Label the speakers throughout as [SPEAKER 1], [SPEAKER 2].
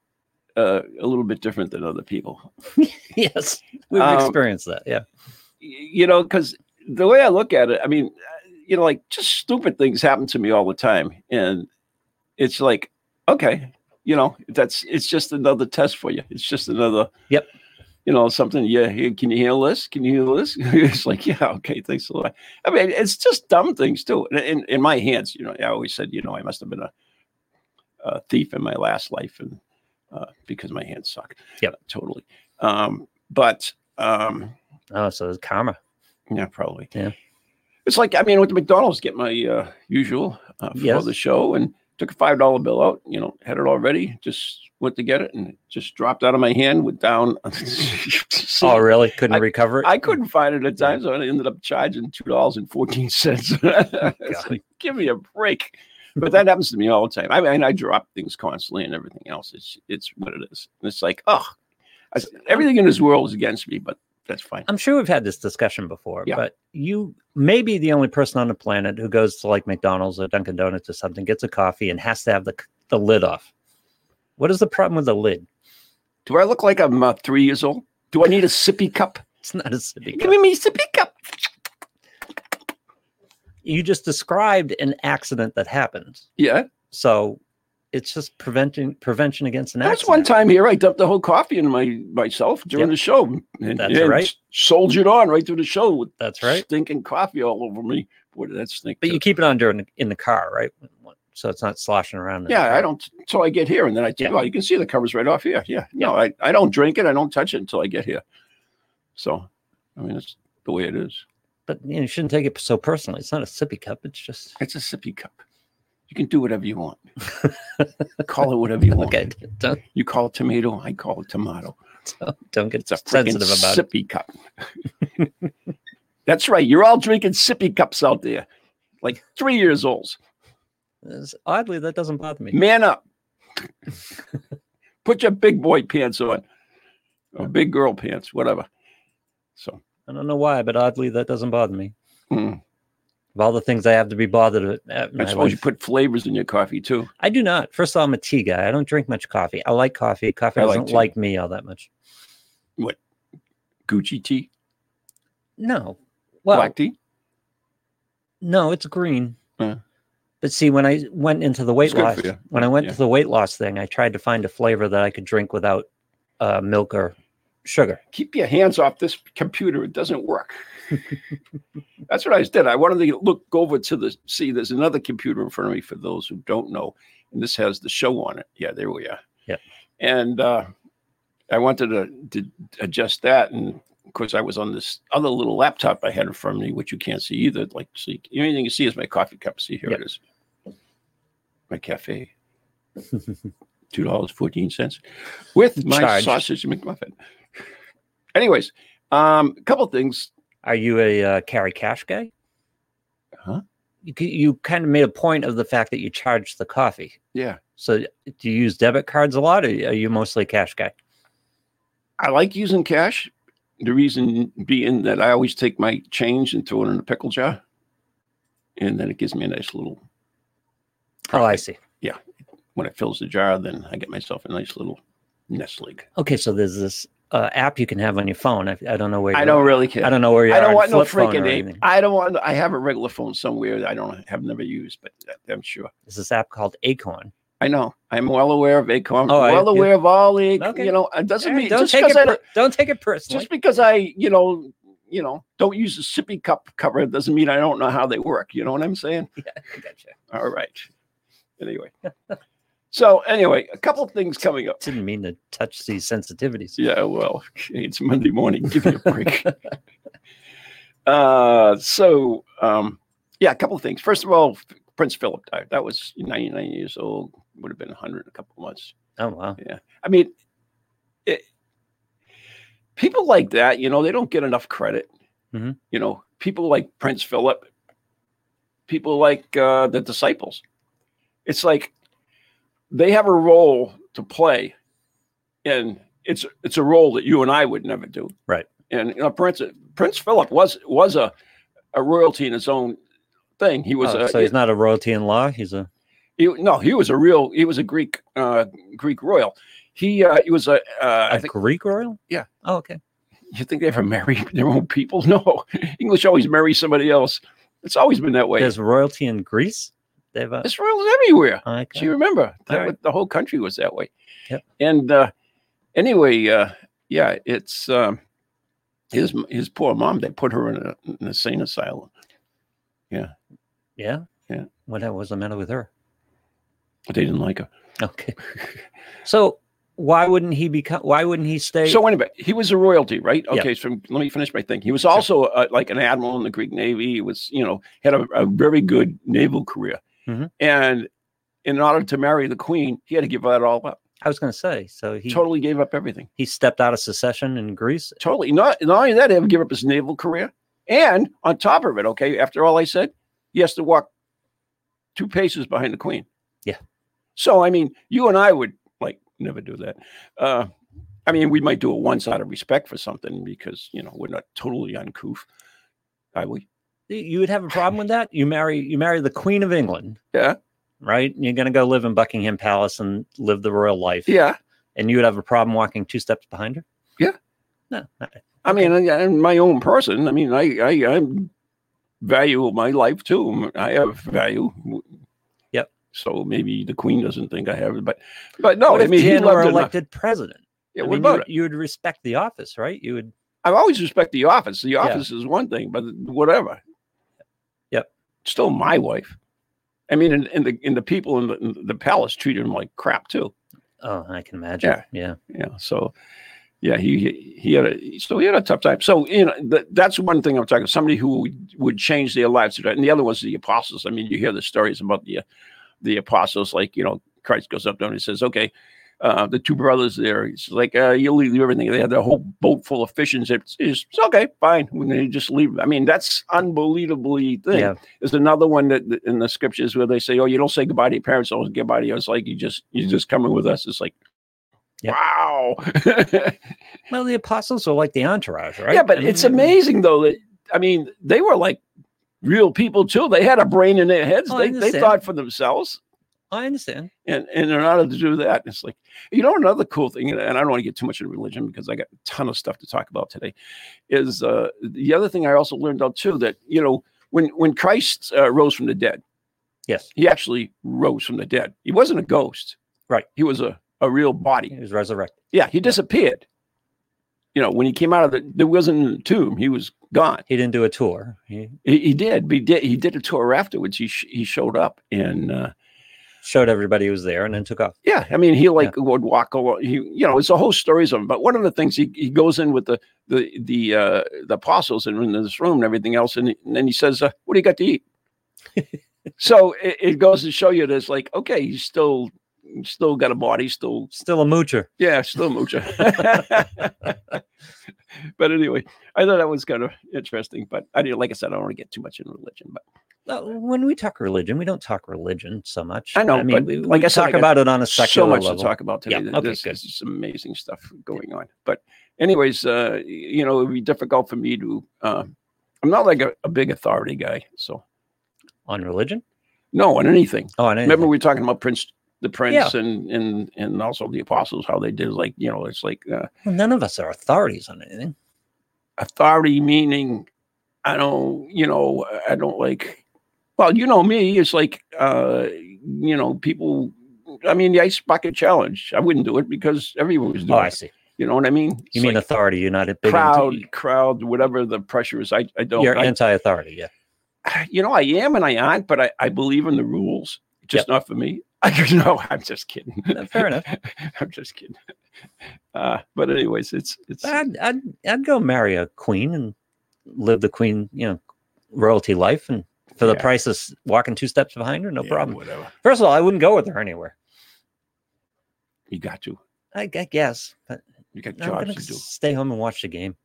[SPEAKER 1] uh, a little bit different than other people.
[SPEAKER 2] yes, we've
[SPEAKER 1] Um,
[SPEAKER 2] experienced that. Yeah,
[SPEAKER 1] Y- you know, because the way I look at it, I mean, uh, you know, like just stupid things happen to me all the time, and it's like, okay, you know, that's it's just another test for you. It's just another.
[SPEAKER 2] Yep.
[SPEAKER 1] You know, something. Yeah, hey, can you handle this? Can you handle this? it's like, yeah, okay, thanks a lot. I mean, it's just dumb things too. In, in, in my hands, you know, I always said, you know, I must have been a, a thief in my last life, and uh, because my hands suck.
[SPEAKER 2] Yep.
[SPEAKER 1] totally. Um, but um,
[SPEAKER 2] oh, so it's karma.
[SPEAKER 1] yeah, Mm, probably.
[SPEAKER 2] Yeah.
[SPEAKER 1] It's like I mean, I went to McDonald's get my uh, usual uh, for
[SPEAKER 2] Yes.
[SPEAKER 1] the show and took a five dollar bill out. You know, had it already. Just went to get it and it just dropped out of my hand. Went down.
[SPEAKER 2] Oh, really? Couldn't
[SPEAKER 1] I-
[SPEAKER 2] recover it.
[SPEAKER 1] I couldn't find it at times, so I ended up charging two dollars and fourteen cents.
[SPEAKER 2] Oh,
[SPEAKER 1] It's like, give me a break. But that happens to me all the time. I mean, I drop things constantly and everything else. It's it's what it is. And it's like, oh, I,
[SPEAKER 2] Um,
[SPEAKER 1] everything in this world is against me, but that's fine.
[SPEAKER 2] I'm sure we've had this discussion before,
[SPEAKER 1] Yeah.
[SPEAKER 2] but you may be the only person on the planet who goes to like McDonald's or Dunkin' Donuts or something, gets a coffee, and has to have the c- the lid off. What is the problem with the lid?
[SPEAKER 1] Do I look like I'm uh, three years old? Do I need a sippy cup?
[SPEAKER 2] It's not a city.
[SPEAKER 1] Give me me sippy cup.
[SPEAKER 2] You just described an accident that happened,
[SPEAKER 1] Yeah,
[SPEAKER 2] so it's just preventing prevention against an
[SPEAKER 1] that's one
[SPEAKER 2] accident.
[SPEAKER 1] time here. I dumped the whole coffee in my myself during
[SPEAKER 2] Yep.
[SPEAKER 1] the show. And,
[SPEAKER 2] That's right.
[SPEAKER 1] s- Soldiered on right through the show with
[SPEAKER 2] That's right.
[SPEAKER 1] stinking coffee all over me. Boy, did that stink.
[SPEAKER 2] But
[SPEAKER 1] too.
[SPEAKER 2] you keep it on during the, in the car, right? So it's not sloshing around. in the
[SPEAKER 1] yeah,
[SPEAKER 2] car.
[SPEAKER 1] I don't until I get here, and then I
[SPEAKER 2] Yeah.
[SPEAKER 1] well, you can see the covers right off here. Yeah, no, I, I don't drink it. I don't touch it until I get here. So, I mean, it's the way it is.
[SPEAKER 2] But you, know, you shouldn't take it so personally. It's not a sippy cup. It's just
[SPEAKER 1] It's a sippy cup. You can do whatever you want. call it whatever you want.
[SPEAKER 2] okay. Don't
[SPEAKER 1] You call it tomato. I call it tomato.
[SPEAKER 2] don't, don't get
[SPEAKER 1] It's a freaking
[SPEAKER 2] sensitive about it.
[SPEAKER 1] sippy cup. That's right. You're all drinking sippy cups out there, like three years olds.
[SPEAKER 2] It's- oddly, that doesn't bother me.
[SPEAKER 1] Man up. Put your big boy pants on, or big girl pants, whatever. So,
[SPEAKER 2] I don't know why, but oddly, that doesn't bother me.
[SPEAKER 1] mm.
[SPEAKER 2] Of all the things I have to be bothered with, uh,
[SPEAKER 1] I
[SPEAKER 2] my
[SPEAKER 1] suppose you
[SPEAKER 2] life,
[SPEAKER 1] put flavors in your coffee too.
[SPEAKER 2] I do not. First of all, I'm a tea guy. I don't drink much coffee. I like coffee. Coffee
[SPEAKER 1] I like
[SPEAKER 2] doesn't like,
[SPEAKER 1] tea.
[SPEAKER 2] me all that much.
[SPEAKER 1] Gucci tea,
[SPEAKER 2] No. Well,
[SPEAKER 1] black tea.
[SPEAKER 2] No, it's green.
[SPEAKER 1] Uh.
[SPEAKER 2] But see, when I went into the weight
[SPEAKER 1] It's good
[SPEAKER 2] loss,
[SPEAKER 1] for you.
[SPEAKER 2] when I went
[SPEAKER 1] Yeah.
[SPEAKER 2] to the weight loss thing, I tried to find a flavor that I could drink without uh, milk or sugar.
[SPEAKER 1] keep your hands off this computer. It doesn't work. That's what I did. I wanted to look over to the see. There's another computer in front of me for those who don't know, and this has the show on it. Yeah, there we are.
[SPEAKER 2] Yep.
[SPEAKER 1] And uh, I wanted to, to adjust that, and of course, I was on this other little laptop I had in front of me, which you can't see either. Like, see, the only thing you see is my coffee cup. See, here
[SPEAKER 2] Yep.
[SPEAKER 1] it is. My cafe. Two dollars fourteen cents, with my
[SPEAKER 2] Charged.
[SPEAKER 1] sausage McMuffin. Anyways, um, a couple things.
[SPEAKER 2] Are you a uh, carry cash guy?
[SPEAKER 1] Huh?
[SPEAKER 2] You, c- you kind of made a point of the fact that you charge the coffee.
[SPEAKER 1] Yeah,
[SPEAKER 2] So do you use debit cards a lot, or are you mostly a cash guy?
[SPEAKER 1] I like using cash. The reason being that I always take my change and throw it in a pickle jar, and then it gives me a nice little.
[SPEAKER 2] Oh, I see.
[SPEAKER 1] When it fills the jar, then I get myself a nice little nest egg.
[SPEAKER 2] Okay, so there's this uh, app you can have on your phone. I, I don't know where
[SPEAKER 1] I
[SPEAKER 2] you're-
[SPEAKER 1] don't really care.
[SPEAKER 2] I don't know where you
[SPEAKER 1] I
[SPEAKER 2] are
[SPEAKER 1] don't
[SPEAKER 2] on
[SPEAKER 1] want no
[SPEAKER 2] flip phone or
[SPEAKER 1] freaking name.
[SPEAKER 2] anything.
[SPEAKER 1] I don't want. I have a regular phone somewhere that I don't have never used, but I'm sure.
[SPEAKER 2] There's this app called Acorn.
[SPEAKER 1] I know. I'm well aware of ACOM.
[SPEAKER 2] Oh, I-
[SPEAKER 1] well aware of all the,
[SPEAKER 2] Okay.
[SPEAKER 1] you know, it doesn't
[SPEAKER 2] Hey,
[SPEAKER 1] mean
[SPEAKER 2] don't
[SPEAKER 1] just
[SPEAKER 2] take
[SPEAKER 1] because
[SPEAKER 2] it.
[SPEAKER 1] I,
[SPEAKER 2] per- don't take it personally.
[SPEAKER 1] just because I, you know, you know, don't use a sippy cup cover doesn't mean I don't know how they work. You know what I'm saying?
[SPEAKER 2] Gotcha.
[SPEAKER 1] All right. Anyway. so anyway, a couple of things coming up.
[SPEAKER 2] Didn't mean to touch these sensitivities.
[SPEAKER 1] Yeah, well, it's Monday morning. Give me a break. uh, so um, yeah, a couple of things. First of all, Prince Philip died. That was 99 years old. Would have been 100 in a couple of months.
[SPEAKER 2] Oh wow.
[SPEAKER 1] I mean, it, people like that, you know, they don't get enough credit.
[SPEAKER 2] Mhm.
[SPEAKER 1] You know, people like Prince Philip, people like uh, the disciples. It's like they have a role to play, and it's it's a role that you and I would never do.
[SPEAKER 2] Right.
[SPEAKER 1] And you know, Prince Prince Philip was was a a royalty in his own thing. He was uh,
[SPEAKER 2] Oh,
[SPEAKER 1] a,
[SPEAKER 2] so he's not a royalty in law. He's a
[SPEAKER 1] he, no, he was a real. He was a Greek, uh, Greek royal. He uh, he was a. Uh,
[SPEAKER 2] a
[SPEAKER 1] I think
[SPEAKER 2] Greek royal.
[SPEAKER 1] Yeah.
[SPEAKER 2] Oh okay.
[SPEAKER 1] you think they ever marry their own people? No, English always marry somebody else. It's always been that way.
[SPEAKER 2] There's royalty in Greece. They've uh,
[SPEAKER 1] It's royals everywhere.
[SPEAKER 2] okay.
[SPEAKER 1] Do you remember that
[SPEAKER 2] All right.
[SPEAKER 1] was- the whole country was that way?
[SPEAKER 2] Yep.
[SPEAKER 1] And uh, anyway, uh, yeah, it's um, his his poor mom. They put her in a, in a sane asylum.
[SPEAKER 2] yeah.
[SPEAKER 1] Yeah.
[SPEAKER 2] What hap- was the matter with her?
[SPEAKER 1] But they didn't like her.
[SPEAKER 2] Okay. so why wouldn't he become? Why wouldn't he stay?
[SPEAKER 1] So anyway, he was a royalty, right?
[SPEAKER 2] Yeah.
[SPEAKER 1] Okay, so let me finish my thing. He was also uh, like an admiral in the Greek Navy. He was, you know, had a, a very good naval career,
[SPEAKER 2] Mhm.
[SPEAKER 1] and in order to marry the queen, he had to give that all up.
[SPEAKER 2] I was going to say. So he
[SPEAKER 1] totally gave up everything.
[SPEAKER 2] he stepped out of secession in Greece.
[SPEAKER 1] Totally. Not not only that, he had to give up his naval career, and on top of it, okay, after all I said, he has to walk two paces behind the queen.
[SPEAKER 2] Yeah.
[SPEAKER 1] So I mean, you and I would like never do that. Uh, I mean, we might do it once out of respect for something because you know we're not totally uncouth, are we?
[SPEAKER 2] Y- You would have a problem with that. You marry you marry the Queen of England.
[SPEAKER 1] Yeah.
[SPEAKER 2] Right. You're going to go live in Buckingham Palace and live the royal life.
[SPEAKER 1] Yeah.
[SPEAKER 2] And you would have a problem walking two steps behind her.
[SPEAKER 1] Yeah.
[SPEAKER 2] No. not-
[SPEAKER 1] I mean, I, I'm my own person. I mean, I, I I'm value my life too. I have value.
[SPEAKER 2] Yep.
[SPEAKER 1] So maybe the queen doesn't think I have it, but but no,
[SPEAKER 2] What
[SPEAKER 1] Oh, I
[SPEAKER 2] if
[SPEAKER 1] mean, he
[SPEAKER 2] Jan
[SPEAKER 1] loved
[SPEAKER 2] were
[SPEAKER 1] it. enough.
[SPEAKER 2] elected president.
[SPEAKER 1] Yeah,
[SPEAKER 2] I
[SPEAKER 1] what
[SPEAKER 2] mean, you,
[SPEAKER 1] about
[SPEAKER 2] would-
[SPEAKER 1] it?
[SPEAKER 2] you would respect the office, right? You would.
[SPEAKER 1] I always respect the office. The office is one thing, but whatever.
[SPEAKER 2] Yep.
[SPEAKER 1] Still my wife. I mean, and, and the and the people in the, in the palace treated him like crap too.
[SPEAKER 2] Oh, I can imagine.
[SPEAKER 1] Yeah.
[SPEAKER 2] yeah.
[SPEAKER 1] Yeah. So, yeah, he he- he had a so he had a tough time. So you know th- that's one thing I'm talking. Somebody who would, would change their lives to that, and the other was the apostles. I mean, you hear the stories about the uh, the apostles, like you know Christ goes up to him and he says, "Okay." Uh, the two brothers there, he's like, uh, you leave everything. They had their whole boat full of fish, and it's, it's okay, fine. When they just leave, I mean, that's unbelievably thing.
[SPEAKER 2] Yeah.
[SPEAKER 1] There's another one that that in the scriptures where they say, "Oh, you don't say goodbye to your parents, don't say goodbye to you." It's like you just you're just coming with us. It's like,
[SPEAKER 2] Yeah.
[SPEAKER 1] wow.
[SPEAKER 2] Well, the apostles are like the entourage, right?
[SPEAKER 1] Yeah, but
[SPEAKER 2] I
[SPEAKER 1] it's
[SPEAKER 2] mean,
[SPEAKER 1] amazing though that I mean they were like real people too. They had a brain in their heads.
[SPEAKER 2] Oh,
[SPEAKER 1] they
[SPEAKER 2] I
[SPEAKER 1] they
[SPEAKER 2] understand.
[SPEAKER 1] thought for themselves.
[SPEAKER 2] I understand.
[SPEAKER 1] And, and in order to do that, it's like you know another cool thing, and I don't want to get too much into religion because I got a ton of stuff to talk about today. Is uh, the other thing I also learned out too that you know when when Christ uh, rose from the dead,
[SPEAKER 2] Yes,
[SPEAKER 1] he actually rose from the dead. He wasn't a ghost.
[SPEAKER 2] Right.
[SPEAKER 1] He was a, a real body.
[SPEAKER 2] he was resurrected.
[SPEAKER 1] Yeah, he disappeared. You know, when he came out of the there wasn't a tomb, he was gone.
[SPEAKER 2] He didn't do a tour. He
[SPEAKER 1] He, he did. but He did. He did a tour afterwards. He sh- he showed up and uh,
[SPEAKER 2] showed everybody he was there and then took off.
[SPEAKER 1] yeah, I mean he like would walk along. He you know it's a whole stories of him. But one of the things he, he goes in with the the the uh, the apostles and in this room and everything else, and, he- and then he says, uh, "What do you got to eat?" so it, it goes to show you this like okay, he's still still got a body, still
[SPEAKER 2] Still a moocher.
[SPEAKER 1] Yeah, still Mucha. but anyway, I thought that was kind of interesting. But I didn't, like I said, I don't want to get too much into religion. But
[SPEAKER 2] Uh, when we talk religion, we don't talk religion so much.
[SPEAKER 1] I know,
[SPEAKER 2] I mean,
[SPEAKER 1] but
[SPEAKER 2] we,
[SPEAKER 1] like
[SPEAKER 2] we
[SPEAKER 1] I said,
[SPEAKER 2] talk
[SPEAKER 1] I got
[SPEAKER 2] about it on a
[SPEAKER 1] so
[SPEAKER 2] secular
[SPEAKER 1] much
[SPEAKER 2] level.
[SPEAKER 1] to talk about
[SPEAKER 2] Yeah,
[SPEAKER 1] today.
[SPEAKER 2] okay,
[SPEAKER 1] There's
[SPEAKER 2] good.
[SPEAKER 1] there's some amazing stuff going on. But anyways, uh, you know, it'd be difficult for me to. Uh, I'm not like a, a big authority guy, so
[SPEAKER 2] on religion.
[SPEAKER 1] no on anything.
[SPEAKER 2] Oh, and
[SPEAKER 1] Remember,
[SPEAKER 2] anything.
[SPEAKER 1] we were talking about Prince, the Prince, and and and also the apostles, how they did. Like you know, it's like uh,
[SPEAKER 2] Well, none of us are authorities on anything.
[SPEAKER 1] authority meaning i don't you know i don't like well you know me it's like uh you know people I mean, the ice bucket challenge. I wouldn't do it because everyone was
[SPEAKER 2] Oh,
[SPEAKER 1] doing
[SPEAKER 2] I
[SPEAKER 1] it.
[SPEAKER 2] see.
[SPEAKER 1] You know what I mean?
[SPEAKER 2] You
[SPEAKER 1] It's
[SPEAKER 2] mean
[SPEAKER 1] like
[SPEAKER 2] authority? You're not a big
[SPEAKER 1] crowd,
[SPEAKER 2] Into,
[SPEAKER 1] crowd, whatever the pressure is. I, I don't.
[SPEAKER 2] you're
[SPEAKER 1] I-
[SPEAKER 2] anti-authority. Yeah.
[SPEAKER 1] you know, I am and I aren't, but I, I believe in the rules. Just not for me. I no, I'm just kidding.
[SPEAKER 2] No, fair enough.
[SPEAKER 1] I'm just kidding. Uh, but anyways, it's it's
[SPEAKER 2] I'd, I'd I'd go marry a queen and live the queen, you know, royalty life, and for the
[SPEAKER 1] Yeah.
[SPEAKER 2] price of s- walking two steps behind her, no
[SPEAKER 1] yeah,
[SPEAKER 2] problem.
[SPEAKER 1] Whatever.
[SPEAKER 2] First of all, I wouldn't go with her anywhere.
[SPEAKER 1] You got to.
[SPEAKER 2] I, I guess, but
[SPEAKER 1] You got
[SPEAKER 2] I'm
[SPEAKER 1] jobs
[SPEAKER 2] gonna
[SPEAKER 1] to do.
[SPEAKER 2] stay home and watch the game.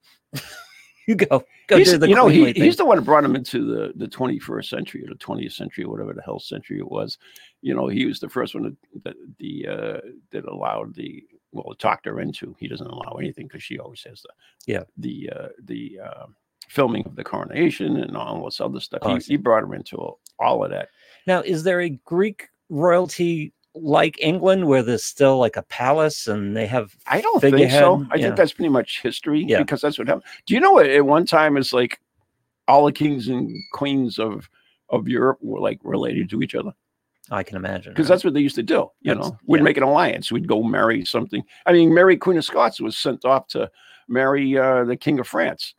[SPEAKER 2] you go, go
[SPEAKER 1] He's-
[SPEAKER 2] do the
[SPEAKER 1] you know,
[SPEAKER 2] queenly
[SPEAKER 1] he,
[SPEAKER 2] thing.
[SPEAKER 1] he's the one who brought him into the, the 21st century or the 20th century or whatever the hell century it was. You know, he was the first one that the, the uh, that allowed the well talked her into. He doesn't allow anything because she always has the
[SPEAKER 2] Yeah.
[SPEAKER 1] the uh, the uh, filming of the coronation and all this other stuff.
[SPEAKER 2] Oh, I
[SPEAKER 1] he,
[SPEAKER 2] see.
[SPEAKER 1] he brought her into all of that.
[SPEAKER 2] Now, is there a Greek royalty like England where there's still like a palace and they have?
[SPEAKER 1] I don't think
[SPEAKER 2] figurehead?
[SPEAKER 1] so. I
[SPEAKER 2] Yeah.
[SPEAKER 1] think that's pretty much history
[SPEAKER 2] Yeah.
[SPEAKER 1] because that's what happened. Do you know at- at one time it's like all the kings and queens of of Europe were like related to each other?
[SPEAKER 2] I can imagine
[SPEAKER 1] because
[SPEAKER 2] right?
[SPEAKER 1] that's what they used to do. You
[SPEAKER 2] Uh-huh. That's-
[SPEAKER 1] know, we'd
[SPEAKER 2] yeah.
[SPEAKER 1] make an alliance. We'd go marry something. I mean, Mary Queen of Scots was sent off to marry uh, the King of France.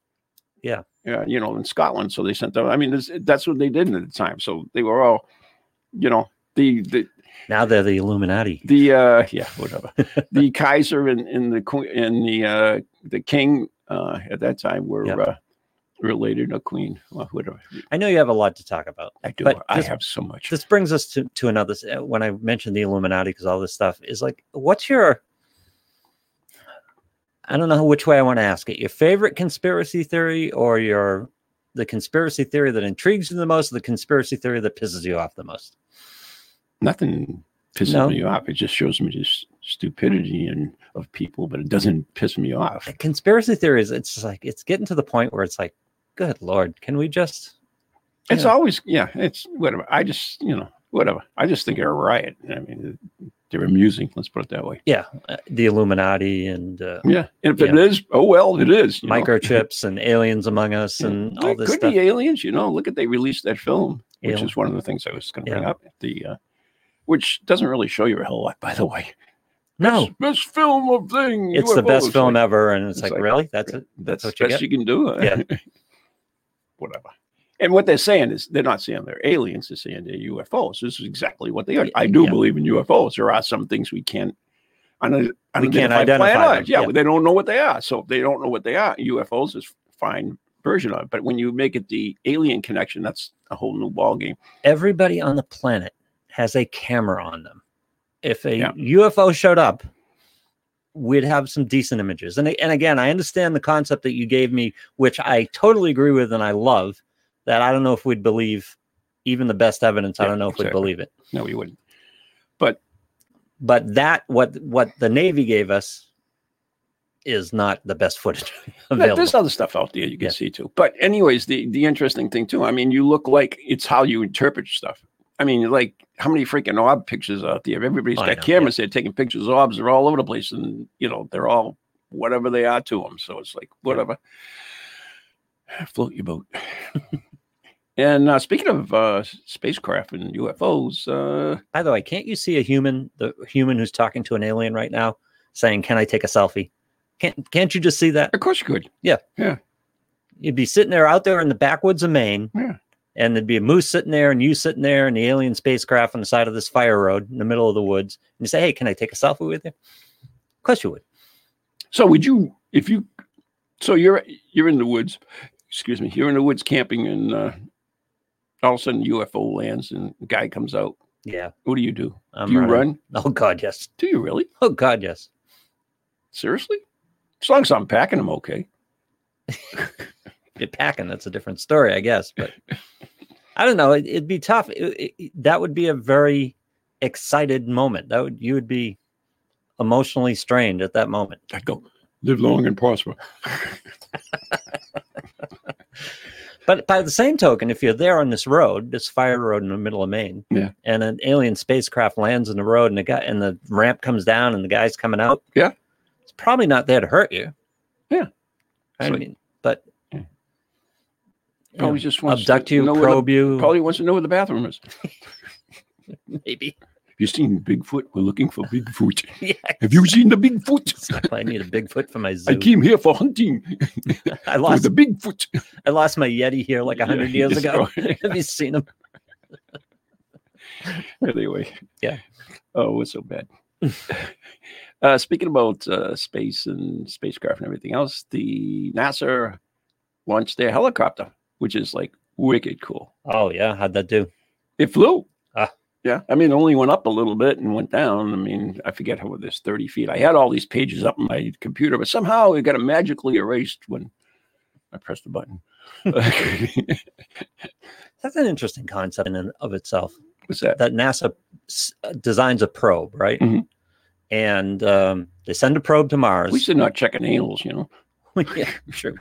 [SPEAKER 2] Yeah.
[SPEAKER 1] Yeah, you know, in Scotland. So they sent them. I mean, this, that's what they did at the time. So they were all, you know, the the
[SPEAKER 2] now they're the Illuminati.
[SPEAKER 1] the uh, yeah whatever the Kaiser and, and the queen and the uh, the king uh, at that time were
[SPEAKER 2] Yeah.
[SPEAKER 1] uh, related to queen. Well, whatever
[SPEAKER 2] I know you have a lot to talk about.
[SPEAKER 1] I do,
[SPEAKER 2] But
[SPEAKER 1] I
[SPEAKER 2] this-
[SPEAKER 1] have so much.
[SPEAKER 2] This brings us to, to another s- uh, when I mentioned the Illuminati because all this stuff is like, what's your? I don't know which way I want to ask it. Your favorite conspiracy theory or your the conspiracy theory that intrigues you the most, or the conspiracy theory that pisses you off the most?
[SPEAKER 1] nothing pisses
[SPEAKER 2] No.
[SPEAKER 1] me off. It just shows me just stupidity and of people, but it doesn't piss me off.
[SPEAKER 2] conspiracy theories it's just like it's getting to the point where it's like good lord can we just
[SPEAKER 1] It's
[SPEAKER 2] Yeah.
[SPEAKER 1] always yeah, it's whatever. I just you know whatever. I just think they're a riot. I mean, they're amusing. Let's put it that way.
[SPEAKER 2] yeah uh, the illuminati and uh,
[SPEAKER 1] Yeah, and if it is, oh well, it is. you know.
[SPEAKER 2] microchips and aliens among us
[SPEAKER 1] Yeah.
[SPEAKER 2] and
[SPEAKER 1] Well,
[SPEAKER 2] all
[SPEAKER 1] it
[SPEAKER 2] this
[SPEAKER 1] could
[SPEAKER 2] stuff
[SPEAKER 1] be aliens. You know, look at they released that film, which
[SPEAKER 2] Alien.
[SPEAKER 1] is one of the things I was going to bring
[SPEAKER 2] Yeah.
[SPEAKER 1] up. The uh, which doesn't really show you a whole lot, by the way.
[SPEAKER 2] no
[SPEAKER 1] Best film of thing.
[SPEAKER 2] it's the best
[SPEAKER 1] UFOs.
[SPEAKER 2] film
[SPEAKER 1] Like,
[SPEAKER 2] ever and it's,
[SPEAKER 1] it's
[SPEAKER 2] like,
[SPEAKER 1] like-
[SPEAKER 2] really that's it
[SPEAKER 1] that's,
[SPEAKER 2] what you
[SPEAKER 1] best
[SPEAKER 2] get?
[SPEAKER 1] you, can do.
[SPEAKER 2] Yeah.
[SPEAKER 1] Whatever. And what they're saying is they're not saying they're aliens, they're saying they're UFOs. This is exactly what they are. I do
[SPEAKER 2] Yeah.
[SPEAKER 1] believe in UFOs. There are some things we can't un-
[SPEAKER 2] We can't
[SPEAKER 1] unidentified
[SPEAKER 2] identify
[SPEAKER 1] flying
[SPEAKER 2] them,
[SPEAKER 1] objects. Yeah,
[SPEAKER 2] yeah.
[SPEAKER 1] they don't know what they are. So if they don't know what they are, UFOs is fine version of it. But when you make it the alien connection, that's a whole new ballgame.
[SPEAKER 2] everybody on the planet has a camera on them if a
[SPEAKER 1] Yeah.
[SPEAKER 2] ufo showed up we'd have some decent images and, a- and again i understand the concept that you gave me which i totally agree with and i love that i don't know if we'd believe even the best evidence i
[SPEAKER 1] Yeah,
[SPEAKER 2] don't know if
[SPEAKER 1] exactly.
[SPEAKER 2] we'd believe it
[SPEAKER 1] No, you wouldn't.
[SPEAKER 2] but that what what the navy gave us is not the best footage
[SPEAKER 1] But
[SPEAKER 2] available.
[SPEAKER 1] There's other stuff out there you can
[SPEAKER 2] Yeah.
[SPEAKER 1] see too. But anyways, the the interesting thing too. I mean, you look like it's how you interpret stuff. I mean, like how many freaking orb pictures out there? Everybody's
[SPEAKER 2] Oh, I
[SPEAKER 1] got
[SPEAKER 2] know, yeah.
[SPEAKER 1] cameras. They're taking pictures. Orbs are all over the place, and you know they're all whatever they are to them. So it's like whatever. Float your boat. and uh, speaking of uh, spacecraft and UFOs, uh,
[SPEAKER 2] By the way, can't you see a human, the human who's talking to an alien right now, saying, "Can I take a selfie?" Can't Can't you just see that?
[SPEAKER 1] of course you could.
[SPEAKER 2] You'd be sitting there out there in the backwoods of Maine,
[SPEAKER 1] Yeah.
[SPEAKER 2] and there'd be a moose sitting there, and you sitting there, and the alien spacecraft on the side of this fire road in the middle of the woods, and you say, "Hey, can I take a selfie with you?" Of course you would.
[SPEAKER 1] So would you if you so you're you're in the woods, excuse me, you're in the woods camping and uh, all of a sudden UFO lands and the guy comes out.
[SPEAKER 2] Yeah.
[SPEAKER 1] What do you do?
[SPEAKER 2] I'm
[SPEAKER 1] Do you
[SPEAKER 2] running.
[SPEAKER 1] run?
[SPEAKER 2] Oh God, yes.
[SPEAKER 1] Do you really?
[SPEAKER 2] Oh God, yes.
[SPEAKER 1] Seriously? As long as I'm packing, I'm okay.
[SPEAKER 2] if you're packing, that's a different story, I guess. But I don't know. It, it'd be tough. It- it- it- that would be a very excited moment. That would you would be emotionally strained at that moment.
[SPEAKER 1] I go live long and prosper.
[SPEAKER 2] But by the same token, if you're there on this road, this fire road in the middle of Maine,
[SPEAKER 1] Yeah.
[SPEAKER 2] and an alien spacecraft lands in the road, and the guy and the ramp comes down, and the guy's coming out,
[SPEAKER 1] Yeah.
[SPEAKER 2] it's probably not there to hurt you.
[SPEAKER 1] Yeah.
[SPEAKER 2] I
[SPEAKER 1] So-
[SPEAKER 2] mean, but
[SPEAKER 1] Yeah.
[SPEAKER 2] you know,
[SPEAKER 1] Probably just wants
[SPEAKER 2] abduct
[SPEAKER 1] to
[SPEAKER 2] you,
[SPEAKER 1] know where
[SPEAKER 2] probe
[SPEAKER 1] The,
[SPEAKER 2] you,
[SPEAKER 1] probably wants to know where the bathroom is.
[SPEAKER 2] maybe.
[SPEAKER 1] Have you seen Bigfoot? We're looking for Bigfoot.
[SPEAKER 2] Yeah,
[SPEAKER 1] Have you seen the Bigfoot?
[SPEAKER 2] exactly. I need a Bigfoot for my
[SPEAKER 1] I
[SPEAKER 2] zoo.
[SPEAKER 1] came here for hunting
[SPEAKER 2] I
[SPEAKER 1] with
[SPEAKER 2] lost
[SPEAKER 1] the Bigfoot.
[SPEAKER 2] I lost my Yeti here like a hundred
[SPEAKER 1] Yeah,
[SPEAKER 2] years
[SPEAKER 1] that's
[SPEAKER 2] ago.
[SPEAKER 1] right.
[SPEAKER 2] Have you seen him?
[SPEAKER 1] anyway,
[SPEAKER 2] Yeah.
[SPEAKER 1] Oh, we're so bad. uh, speaking about uh, space and spacecraft and everything else, the NASA launched their helicopter, which is like wicked cool.
[SPEAKER 2] Oh yeah, how'd that do?
[SPEAKER 1] It flew.
[SPEAKER 2] Ah.
[SPEAKER 1] Yeah. I mean, it only went up a little bit and went down. I mean, I forget how this 30 feet. I had all these pages up on my computer, but somehow it got magically erased when I pressed the button.
[SPEAKER 2] That's an interesting concept in and of itself.
[SPEAKER 1] What's that?
[SPEAKER 2] That NASA s- uh, designs a probe, right?
[SPEAKER 1] Mhm.
[SPEAKER 2] And um, they send a probe to Mars.
[SPEAKER 1] At least they're not checking angles, you know?
[SPEAKER 2] yeah, true.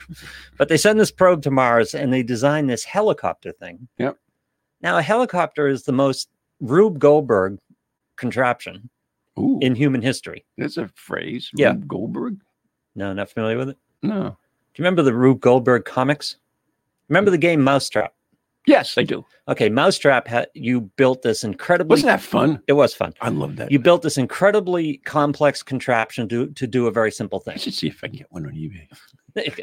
[SPEAKER 2] But they send this probe to Mars and they design this helicopter thing.
[SPEAKER 1] Yep.
[SPEAKER 2] Now, a helicopter is the most Rube Goldberg contraption
[SPEAKER 1] Ooh,
[SPEAKER 2] in human history.
[SPEAKER 1] that's a phrase.
[SPEAKER 2] Yeah.
[SPEAKER 1] Rube Goldberg?
[SPEAKER 2] No, not familiar with it.
[SPEAKER 1] No.
[SPEAKER 2] Do you remember the Rube Goldberg comics? Remember the game Mousetrap?
[SPEAKER 1] Yes, I do.
[SPEAKER 2] Okay, Mousetrap, ha- you built this incredibly.
[SPEAKER 1] Wasn't that fun?
[SPEAKER 2] It was fun.
[SPEAKER 1] I love that.
[SPEAKER 2] You built this incredibly complex contraption to, to do a very simple
[SPEAKER 1] I
[SPEAKER 2] thing.
[SPEAKER 1] should see if I can get one on eBay.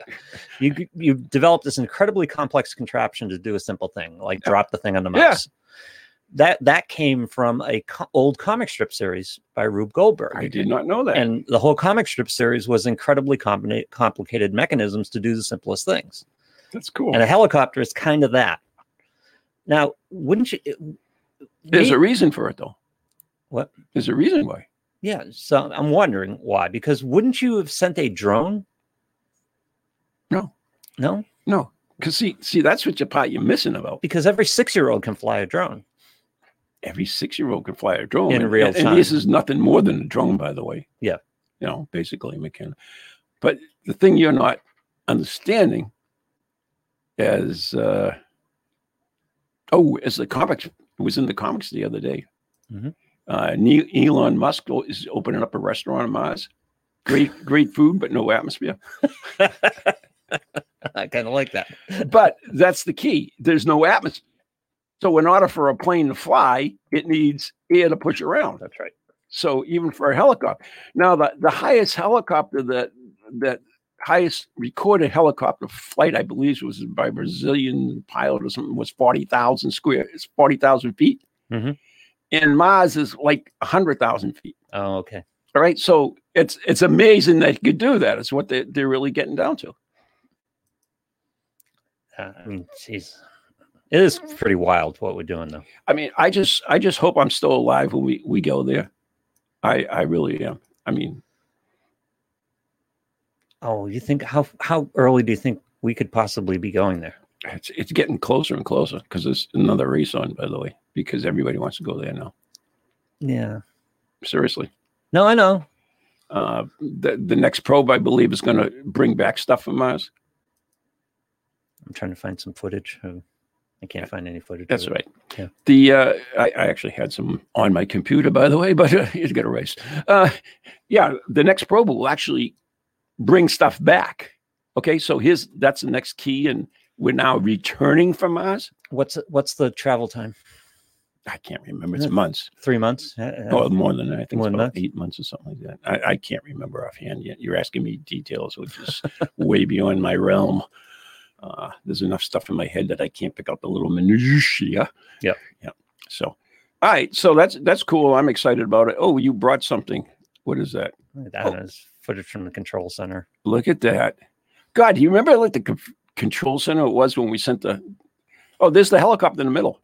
[SPEAKER 2] you you developed this incredibly complex contraption to do a simple thing, like drop the thing on the
[SPEAKER 1] Yeah.
[SPEAKER 2] mouse. That that came from a co- old comic strip series by Rube Goldberg.
[SPEAKER 1] I did not know that.
[SPEAKER 2] And the whole comic strip series was incredibly compli- complicated mechanisms to do the simplest things.
[SPEAKER 1] that's cool.
[SPEAKER 2] And a helicopter is kind of that. Now, wouldn't you? it-
[SPEAKER 1] There's
[SPEAKER 2] we-
[SPEAKER 1] a reason for it, though.
[SPEAKER 2] What?
[SPEAKER 1] There's a reason why.
[SPEAKER 2] Yeah, so I'm wondering why. Because wouldn't you have sent a drone?
[SPEAKER 1] No.
[SPEAKER 2] No,
[SPEAKER 1] No. Because see, see, that's what your part you're missing about.
[SPEAKER 2] because every six year old can fly a drone.
[SPEAKER 1] every six year old can fly a drone
[SPEAKER 2] In
[SPEAKER 1] And-
[SPEAKER 2] real
[SPEAKER 1] and,
[SPEAKER 2] time.
[SPEAKER 1] this is nothing more than a drone, by the way.
[SPEAKER 2] Yeah.
[SPEAKER 1] You know, basically, McKenna. But the thing you're not understanding is, uh, oh, as the comics it was in the comics the other day.
[SPEAKER 2] Mhm.
[SPEAKER 1] Uh, Ne- Elon Musk o- is opening up a restaurant on Mars. Great, great food, but no atmosphere.
[SPEAKER 2] I kind of like that.
[SPEAKER 1] But that's the key. There's no atmosphere. So, in order for a plane to fly, it needs air to push around.
[SPEAKER 2] That's right.
[SPEAKER 1] So even for a helicopter, now the, the highest helicopter that that highest recorded helicopter flight, I believe, was by a Brazilian pilot or something, was forty thousand square, it's forty thousand feet,
[SPEAKER 2] Mhm.
[SPEAKER 1] and Mars is like hundred thousand feet.
[SPEAKER 2] Oh, okay.
[SPEAKER 1] All right, so it's it's amazing that you could do that. It's what they, they're really getting down to.
[SPEAKER 2] Uh, I mean, jeez, it is pretty wild what we're doing, though.
[SPEAKER 1] I mean, I just I just hope I'm still alive when we we go there. I I really am. I mean,
[SPEAKER 2] Oh, you think how how early do you think we could possibly be going there?
[SPEAKER 1] it's it's getting closer and closer because there's another race on, by the way, because everybody wants to go there now.
[SPEAKER 2] Yeah.
[SPEAKER 1] Seriously,
[SPEAKER 2] No, I know.
[SPEAKER 1] uh, the the next probe, I believe, is going to bring back stuff from Mars.
[SPEAKER 2] I'm trying to find some footage. Oh, I can't find any footage. of
[SPEAKER 1] That's
[SPEAKER 2] it.
[SPEAKER 1] right.
[SPEAKER 2] Yeah.
[SPEAKER 1] The uh, I, I actually had some on my computer, by the way, but uh, it's got erased. Uh, yeah, the next probe will actually bring stuff back. Okay, so here's that's the next key, and we're now returning from Mars.
[SPEAKER 2] What's what's the travel time?
[SPEAKER 1] I can't remember. It's
[SPEAKER 2] Yeah.
[SPEAKER 1] months.
[SPEAKER 2] Three months? Uh, uh,
[SPEAKER 1] Oh, more than that. I think
[SPEAKER 2] More
[SPEAKER 1] it's
[SPEAKER 2] than
[SPEAKER 1] about
[SPEAKER 2] that?
[SPEAKER 1] eight months or something like that. I, I can't remember offhand yet. You're asking me details, which is way beyond my realm. Uh, there's enough stuff in my head that I can't pick up the little minutiae.
[SPEAKER 2] Yep.
[SPEAKER 1] Yep. So, all right. So that's that's cool. I'm excited about it. Oh, you brought something. What is that?
[SPEAKER 2] That
[SPEAKER 1] Oh.
[SPEAKER 2] is footage from the control center.
[SPEAKER 1] Look at that. God, do you remember like the con- control center it was when we sent the? Oh, there's the helicopter in the middle.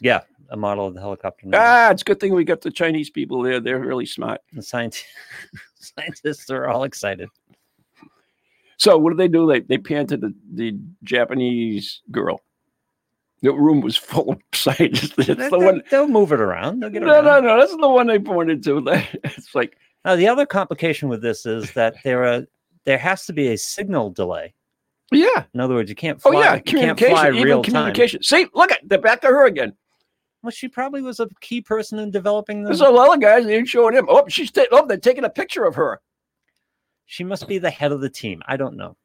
[SPEAKER 2] Yeah, a model of the helicopter. now.
[SPEAKER 1] Ah, it's a good thing we got the Chinese people there. They're really smart.
[SPEAKER 2] The scientists, scientists are all excited.
[SPEAKER 1] So what did they do? They they panted the, the Japanese girl. The room was full of scientists. That's
[SPEAKER 2] They-
[SPEAKER 1] the
[SPEAKER 2] they-
[SPEAKER 1] one.
[SPEAKER 2] They'll move it around. They'll get
[SPEAKER 1] No,
[SPEAKER 2] around.
[SPEAKER 1] no, no. That's the one they pointed to. It's like
[SPEAKER 2] Now the other complication with this is that there are there has to be a signal delay.
[SPEAKER 1] yeah.
[SPEAKER 2] In other words, you can't
[SPEAKER 1] Oh
[SPEAKER 2] fly.
[SPEAKER 1] yeah.
[SPEAKER 2] you can't fly
[SPEAKER 1] Communication. Even
[SPEAKER 2] real time.
[SPEAKER 1] communication. See, look at they're back to her again.
[SPEAKER 2] Well, she probably was a key person in developing
[SPEAKER 1] There's
[SPEAKER 2] this.
[SPEAKER 1] all other guys. They're showing him. Oh, she's ta- oh, they're taking a picture of her.
[SPEAKER 2] She must be the head of the team. I don't know.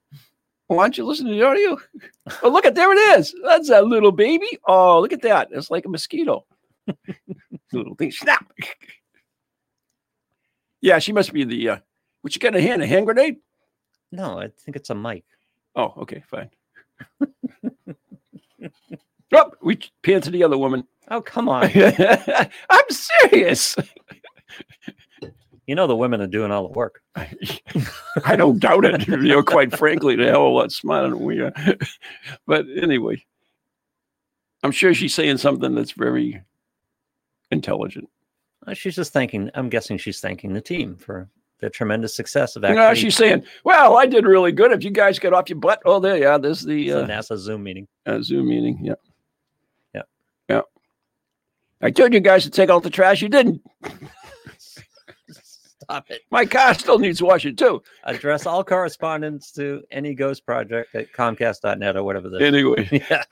[SPEAKER 1] Why don't you listen to the audio? Oh, look at there it is. That's a little baby. Oh, look at that. It's like a mosquito. the little thing. Snap. yeah, she must be the. Uh, what you got in a hand? A hand grenade?
[SPEAKER 2] No, I think it's a mic.
[SPEAKER 1] Oh, okay, fine. oh, we pan to the other woman.
[SPEAKER 2] Oh, come on.
[SPEAKER 1] I'm serious.
[SPEAKER 2] You know the women are doing all the work.
[SPEAKER 1] I don't doubt it. You know, quite frankly, they're a hell of a lot smarter than we are. but anyway, I'm sure she's saying something that's very intelligent.
[SPEAKER 2] Uh, She's just thanking. I'm guessing she's thanking the team for the tremendous success of
[SPEAKER 1] You
[SPEAKER 2] actually.
[SPEAKER 1] know, she's saying, "Well, I did really good. If you guys get off your butt, oh, there, yeah, there's the
[SPEAKER 2] it's a
[SPEAKER 1] uh,
[SPEAKER 2] NASA Zoom meeting.
[SPEAKER 1] uh, Zoom meeting. Yeah,
[SPEAKER 2] Yeah.
[SPEAKER 1] yeah. I told you guys to take out the trash. You didn't.
[SPEAKER 2] Stop it.
[SPEAKER 1] My car still needs washing too.
[SPEAKER 2] Address all correspondence to any ghost project at Comcast.net or whatever the.
[SPEAKER 1] Anyway,
[SPEAKER 2] yeah.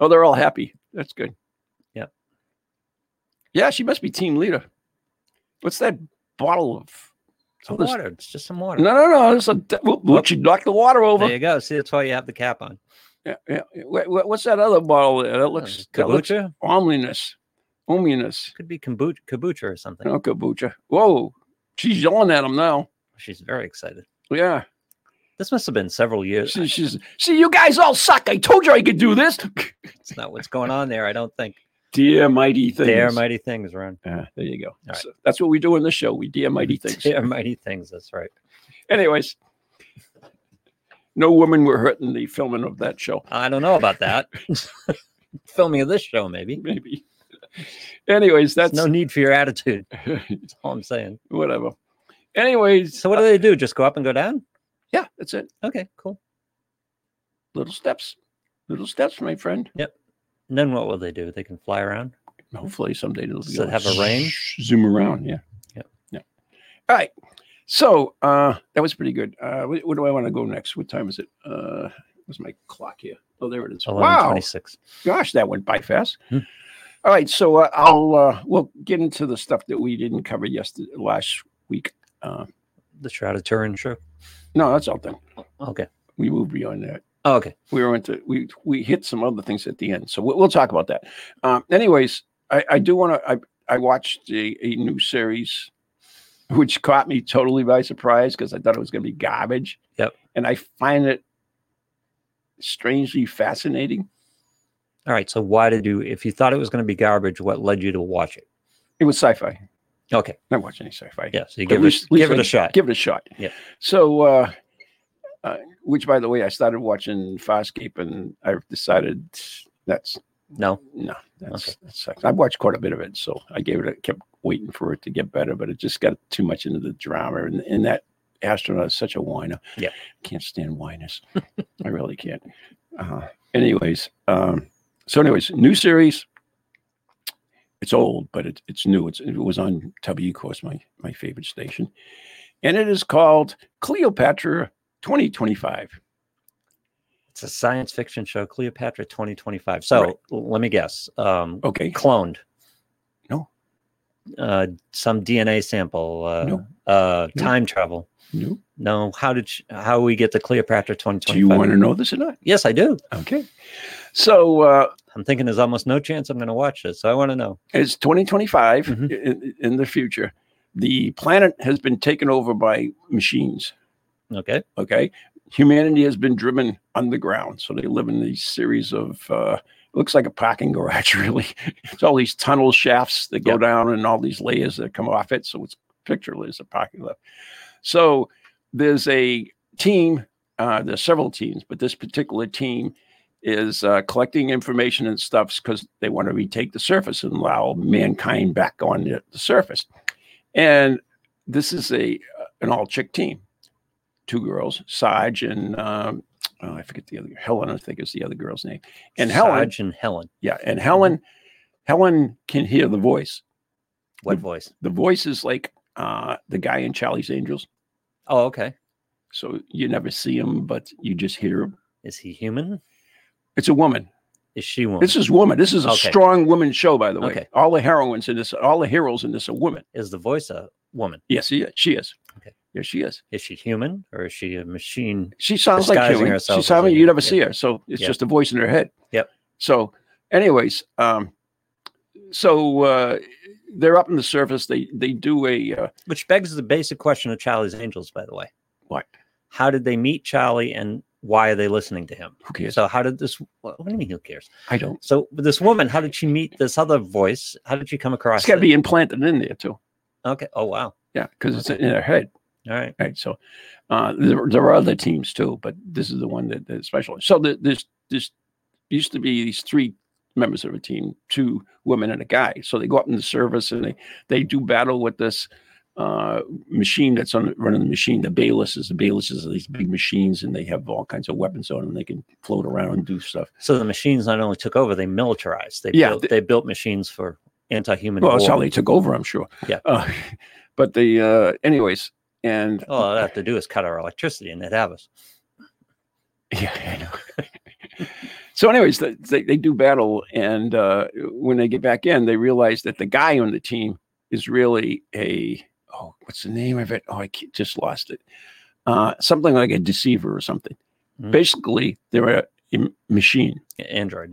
[SPEAKER 1] oh, they're all happy. That's good.
[SPEAKER 2] Yeah.
[SPEAKER 1] Yeah, she must be team leader. What's that bottle of?
[SPEAKER 2] It's
[SPEAKER 1] Oh, this-
[SPEAKER 2] water. It's just some water.
[SPEAKER 1] No, no, no. It's a. Whoop, whoop, she knocked the water over.
[SPEAKER 2] There you go. See, that's why you have the cap on.
[SPEAKER 1] Yeah, yeah. Wha- wha- What's that other bottle there? That looks
[SPEAKER 2] Uh,
[SPEAKER 1] that looks
[SPEAKER 2] kombucha.
[SPEAKER 1] ominous. Ominous.
[SPEAKER 2] Could be kombucha, kombucha or something.
[SPEAKER 1] No kombucha. Whoa. She's yelling at him now.
[SPEAKER 2] She's very excited.
[SPEAKER 1] Yeah.
[SPEAKER 2] This must have been several years.
[SPEAKER 1] She, she's see you guys all suck. I told you I could do this.
[SPEAKER 2] It's not what's going on there. I don't think.
[SPEAKER 1] Dear mighty things.
[SPEAKER 2] They are mighty things, Ron.
[SPEAKER 1] Yeah, there you go.
[SPEAKER 2] right.
[SPEAKER 1] So that's what we do in this show. We dear mighty things.
[SPEAKER 2] They are mighty things. That's right.
[SPEAKER 1] Anyways. No women were hurt in the filming of that show.
[SPEAKER 2] I don't know about that. Filming of this show, maybe.
[SPEAKER 1] Maybe. Anyways,
[SPEAKER 2] There's
[SPEAKER 1] that's
[SPEAKER 2] no need for your attitude. That's all I'm saying.
[SPEAKER 1] whatever. Anyways,
[SPEAKER 2] So what do they do? Just go up and go down?
[SPEAKER 1] yeah, that's it.
[SPEAKER 2] Okay, cool.
[SPEAKER 1] Little steps. Little steps, my friend.
[SPEAKER 2] And then what will they do? They can fly around.
[SPEAKER 1] hopefully someday it'll
[SPEAKER 2] Does
[SPEAKER 1] go
[SPEAKER 2] it have a range?
[SPEAKER 1] Zoom around, yeah,
[SPEAKER 2] Yep.
[SPEAKER 1] yeah. All right, so uh, that was pretty good. Uh, wh- where, do I want to go next? What time is it? Uh, where's my clock here? Oh, there it is. Wow,
[SPEAKER 2] 1126.
[SPEAKER 1] gosh, that went by fast.
[SPEAKER 2] Hmm.
[SPEAKER 1] All right, so uh, I'll uh, we'll get into the stuff that we didn't cover yesterday last week. Uh,
[SPEAKER 2] The Shroud of Turin show.
[SPEAKER 1] no, that's all done.
[SPEAKER 2] Okay.
[SPEAKER 1] We moved beyond that.
[SPEAKER 2] Oh, okay.
[SPEAKER 1] we went to we we hit some other things at the end so we'll, we'll talk about that um anyways i i do want to i i watched a, a new series which caught me totally by surprise because i thought it was going to be garbage
[SPEAKER 2] Yep.
[SPEAKER 1] and i find it strangely fascinating
[SPEAKER 2] All right. So why did you if you thought it was going to be garbage, what led you to watch it?
[SPEAKER 1] it was sci-fi
[SPEAKER 2] Okay.
[SPEAKER 1] not watching any sci-fi
[SPEAKER 2] Yeah. So you
[SPEAKER 1] But at
[SPEAKER 2] give it
[SPEAKER 1] least- at least
[SPEAKER 2] give it
[SPEAKER 1] I
[SPEAKER 2] a shot.
[SPEAKER 1] Give it a shot.
[SPEAKER 2] Yeah.
[SPEAKER 1] So, uh, uh, which, by the way, I started watching Farscape, and I've decided that's
[SPEAKER 2] No?
[SPEAKER 1] no, that's that sucks. I watched quite a bit of it, so I gave it. A, kept waiting for it to get better, but it just got too much into the drama, and, and that astronaut is such a whiner.
[SPEAKER 2] Yeah.
[SPEAKER 1] can't stand whiners. I really can't. Uh, anyways, um, so anyways, new series. It's old, but it, it's new. It's, it was on W, of course, my my favorite station, and it is called Cleopatra 2025.
[SPEAKER 2] It's a science fiction show, Cleopatra 2025. So
[SPEAKER 1] Right.
[SPEAKER 2] l- let me guess. Um
[SPEAKER 1] Okay,
[SPEAKER 2] cloned.
[SPEAKER 1] No.
[SPEAKER 2] Uh some DNA sample. Uh
[SPEAKER 1] No.
[SPEAKER 2] uh
[SPEAKER 1] No.
[SPEAKER 2] time travel.
[SPEAKER 1] new.
[SPEAKER 2] No, how did sh how we get to Cleopatra
[SPEAKER 1] Do you
[SPEAKER 2] 2025?
[SPEAKER 1] want to know this or not?
[SPEAKER 2] Yes, I do.
[SPEAKER 1] Okay, so. Uh,
[SPEAKER 2] I'm thinking there's almost no chance I'm going to watch this, so I want to know.
[SPEAKER 1] It's 2025
[SPEAKER 2] Mhm.
[SPEAKER 1] in, in the future. The planet has been taken over by machines.
[SPEAKER 2] Okay,
[SPEAKER 1] Okay. Humanity has been driven underground. So they live in these series of, uh, looks like a parking garage, really. it's all these tunnel shafts that go
[SPEAKER 2] Yep.
[SPEAKER 1] down and all these layers that come off it. So it's pictureless, a parking lot. So there's a team, uh, there's several teams, but this particular team is uh, collecting information and stuffs because they want to retake the surface and allow mankind back on the, the surface. And this is a uh, an all chick team, two girls, Sarge and um, oh, I forget the other Helen, I think is the other girl's name. And Helen,
[SPEAKER 2] Sarge and Helen.
[SPEAKER 1] yeah, and Helen, Helen can hear the voice.
[SPEAKER 2] What
[SPEAKER 1] The-
[SPEAKER 2] voice?
[SPEAKER 1] The voice is like uh, the guy in Charlie's Angels.
[SPEAKER 2] Oh, okay.
[SPEAKER 1] So you never see him, but you just hear him.
[SPEAKER 2] Is he human?
[SPEAKER 1] It's a woman.
[SPEAKER 2] Is she woman?
[SPEAKER 1] This is woman. This is a
[SPEAKER 2] Okay.
[SPEAKER 1] strong woman show, by the way.
[SPEAKER 2] Okay.
[SPEAKER 1] All the heroines in this, all the heroes in this are women.
[SPEAKER 2] is the voice a woman?
[SPEAKER 1] Yes, she is. She is.
[SPEAKER 2] Okay.
[SPEAKER 1] Yes, she is.
[SPEAKER 2] Is she human or is she a machine?
[SPEAKER 1] She sounds like
[SPEAKER 2] Disguising
[SPEAKER 1] human.
[SPEAKER 2] herself
[SPEAKER 1] She
[SPEAKER 2] as
[SPEAKER 1] sounds
[SPEAKER 2] a
[SPEAKER 1] like you
[SPEAKER 2] human,
[SPEAKER 1] never
[SPEAKER 2] yeah.
[SPEAKER 1] see her. So it's
[SPEAKER 2] Yeah.
[SPEAKER 1] just a voice in her head.
[SPEAKER 2] Yep.
[SPEAKER 1] So, anyways, um, so uh, they're up in the surface. They they do a uh,
[SPEAKER 2] Which begs the basic question of Charlie's Angels, by the way.
[SPEAKER 1] What?
[SPEAKER 2] How did they meet Charlie and why are they listening to him?
[SPEAKER 1] who cares?
[SPEAKER 2] So how did this what, what do you mean who cares?
[SPEAKER 1] I don't.
[SPEAKER 2] So this woman, how did she meet this other voice? How did she come across
[SPEAKER 1] It's got to
[SPEAKER 2] it?
[SPEAKER 1] be implanted in there too.
[SPEAKER 2] Okay. Oh wow.
[SPEAKER 1] Yeah, because it's in their head.
[SPEAKER 2] All right.
[SPEAKER 1] Right. So uh, there, there are other teams too, but this is the one that, that's special. So the, this this used to be these three members of a team, two women and a guy. So they go up in the service and they they do battle with this uh, machine that's on running the machine. The baylesses, the baylesses are these big machines, and they have all kinds of weapons on them. They can float around and do stuff.
[SPEAKER 2] So the machines not only took over, they militarized. They
[SPEAKER 1] Yeah,
[SPEAKER 2] built,
[SPEAKER 1] th-
[SPEAKER 2] they built machines for anti-human
[SPEAKER 1] Well,
[SPEAKER 2] war.
[SPEAKER 1] that's how they took over, I'm sure.
[SPEAKER 2] Yeah.
[SPEAKER 1] Uh, but the uh, anyways, and
[SPEAKER 2] All I'd have to do is cut our electricity and they'd have us.
[SPEAKER 1] Yeah, I know. so, anyways, th- they, they do battle, and uh, when they get back in, they realize that the guy on the team is really a oh, what's the name of it? Oh, I ca- just lost it. Uh, something like a deceiver or something.
[SPEAKER 2] Mm.
[SPEAKER 1] Basically, they're a, a m- machine.
[SPEAKER 2] Android,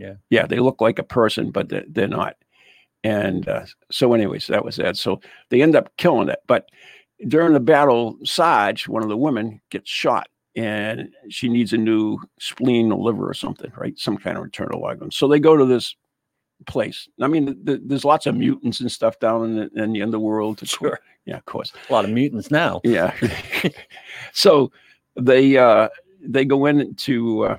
[SPEAKER 2] yeah.
[SPEAKER 1] Yeah, they look like a person, but they're, they're not. And uh, so, anyways, that was that. So they end up killing it, but during the battle, Sarge, one of the women, gets shot and she needs a new spleen or liver or something, right? Some kind of internal organ. So they go to this place. I mean, th- th- there's lots of mutants and stuff down in the, in the underworld. Of cour-
[SPEAKER 2] Sure.
[SPEAKER 1] Yeah, of course.
[SPEAKER 2] A lot of mutants now.
[SPEAKER 1] Yeah. so they uh, they go in to uh,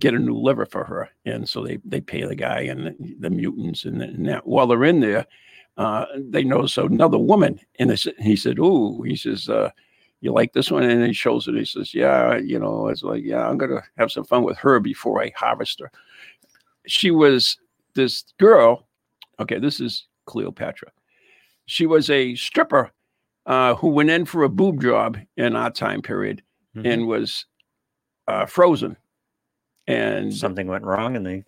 [SPEAKER 1] get a new liver for her, and so they they pay the guy and the, the mutants and, and that. While they're in there, uh, they notice another woman, and they, said- he said, "Ooh," he says. Uh, you like this one? And he shows it. He says, Yeah, you know, it's like, yeah, I'm gonna have some fun with her before I harvest her. She was this girl. Okay, this is Cleopatra. She was a stripper uh, who went in for a boob job in our time period
[SPEAKER 2] Mhm.
[SPEAKER 1] and was uh, frozen. And
[SPEAKER 2] Something went wrong and they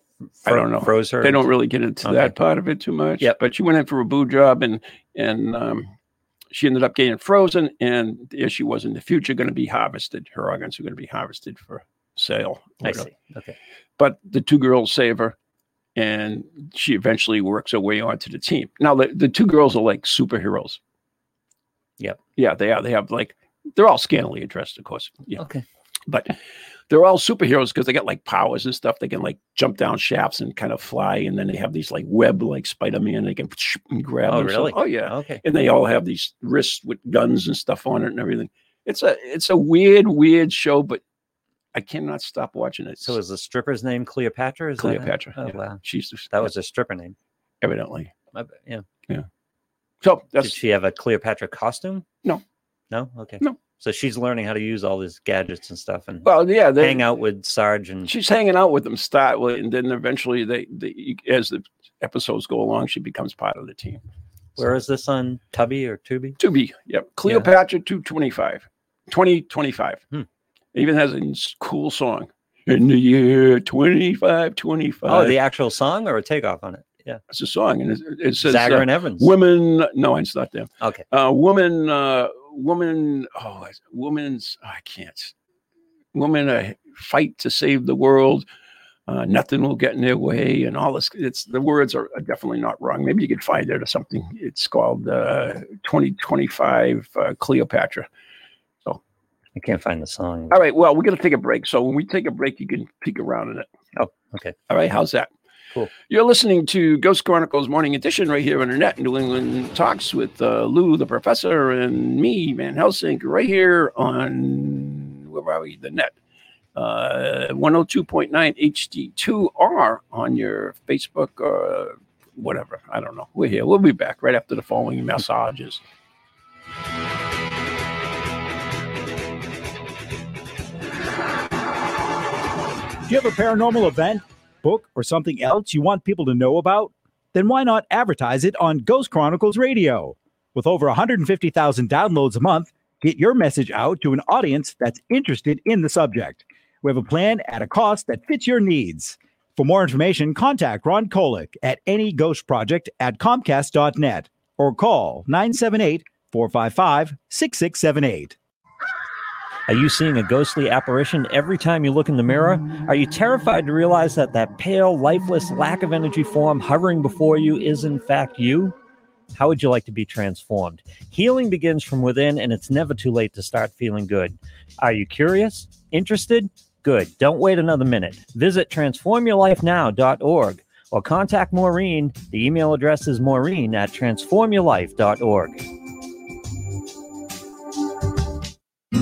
[SPEAKER 1] I don't know.
[SPEAKER 2] froze her.
[SPEAKER 1] they don't really get into
[SPEAKER 2] Okay.
[SPEAKER 1] that part of it too much.
[SPEAKER 2] Yep.
[SPEAKER 1] But she went in for a boob job and and um, she ended up getting frozen. And there she was in the future going to be harvested. Her organs are going to be harvested for sale.
[SPEAKER 2] I
[SPEAKER 1] whatever.
[SPEAKER 2] see. Okay.
[SPEAKER 1] But the two girls save her. And she eventually works her way onto the team. Now the, the two girls are like superheroes.
[SPEAKER 2] Yep.
[SPEAKER 1] Yeah, they are. They have like they're all scantily dressed, of course. Yeah
[SPEAKER 2] Okay.
[SPEAKER 1] but they're all superheroes because they got like powers and stuff. They can like jump down shafts and kind of fly, and then they have these like web like Spider Man. They can and grab.
[SPEAKER 2] Oh,
[SPEAKER 1] themselves.
[SPEAKER 2] really?
[SPEAKER 1] Oh yeah.
[SPEAKER 2] Okay.
[SPEAKER 1] And they all have these wrists with guns and stuff on it and everything. It's a it's a weird weird show, but I cannot stop watching it.
[SPEAKER 2] So is the stripper's name Cleopatra? Is that it?
[SPEAKER 1] Cleopatra.
[SPEAKER 2] Oh,
[SPEAKER 1] yeah.
[SPEAKER 2] wow.
[SPEAKER 1] She's
[SPEAKER 2] That was a stripper name.
[SPEAKER 1] evidently.
[SPEAKER 2] I bet- Yeah.
[SPEAKER 1] So
[SPEAKER 2] Did
[SPEAKER 1] that's
[SPEAKER 2] she have a Cleopatra costume?
[SPEAKER 1] No.
[SPEAKER 2] No? Okay.
[SPEAKER 1] No.
[SPEAKER 2] So she's learning how to use all these gadgets and stuff and
[SPEAKER 1] well, yeah. They,
[SPEAKER 2] hang out with Sarge and
[SPEAKER 1] she's hanging out with them, start with, and then eventually they, they as the episodes go along, she becomes part of the team.
[SPEAKER 2] where is this on Tubby or Tubi?
[SPEAKER 1] To be, yep. Cleopatra 225. 2025.
[SPEAKER 2] Hmm.
[SPEAKER 1] It even has a s- cool song. In the year 2525.
[SPEAKER 2] Oh, the actual song or a takeoff on it? Yeah.
[SPEAKER 1] it's a song. And it, it says,
[SPEAKER 2] Zagger
[SPEAKER 1] uh,
[SPEAKER 2] and Evans.
[SPEAKER 1] Women, no, it's not them.
[SPEAKER 2] Okay.
[SPEAKER 1] Uh, woman, uh, woman, oh, it's- woman's, I can't. Woman, uh, fight to save the world. Uh, nothing will get in their way, and all this. It's the words are definitely not wrong. Maybe you could find it or something. It's called uh, 2025 uh, Cleopatra.
[SPEAKER 2] I can't find the song.
[SPEAKER 1] All right. Well, we're going to take a break. So when we take a break, you can peek around in it.
[SPEAKER 2] Oh, okay.
[SPEAKER 1] All right. How's that?
[SPEAKER 2] Cool.
[SPEAKER 1] You're listening to Ghost Chronicles Morning Edition right here on the net, New England Talks with uh, Lou, the professor, and me, Van Helsing, right here on where are we? The net. Uh, 102.9 HD2R on your Facebook or whatever. I don't know. We're here. We'll be back right after the following massages.
[SPEAKER 3] Do you have a paranormal event, book, or something else you want people to know about? Then why not advertise it on Ghost Chronicles Radio? With over 150,000 downloads a month, get your message out to an audience that's interested in the subject. We have a plan at a cost that fits your needs. For more information, contact Ron Kolick at any ghost project at comcast.net or call 978 455 6678.
[SPEAKER 2] Are you seeing a ghostly apparition every time you look in the mirror? Are you terrified to realize that that pale, lifeless, lack of energy form hovering before you is in fact you? How would you like to be transformed? Healing begins from within, and it's never too late to start feeling good. Are you curious? Interested? Good. Don't wait another minute. Visit transformyourlifenow.org or contact Maureen. The email address is maureen at transformyourlife.org.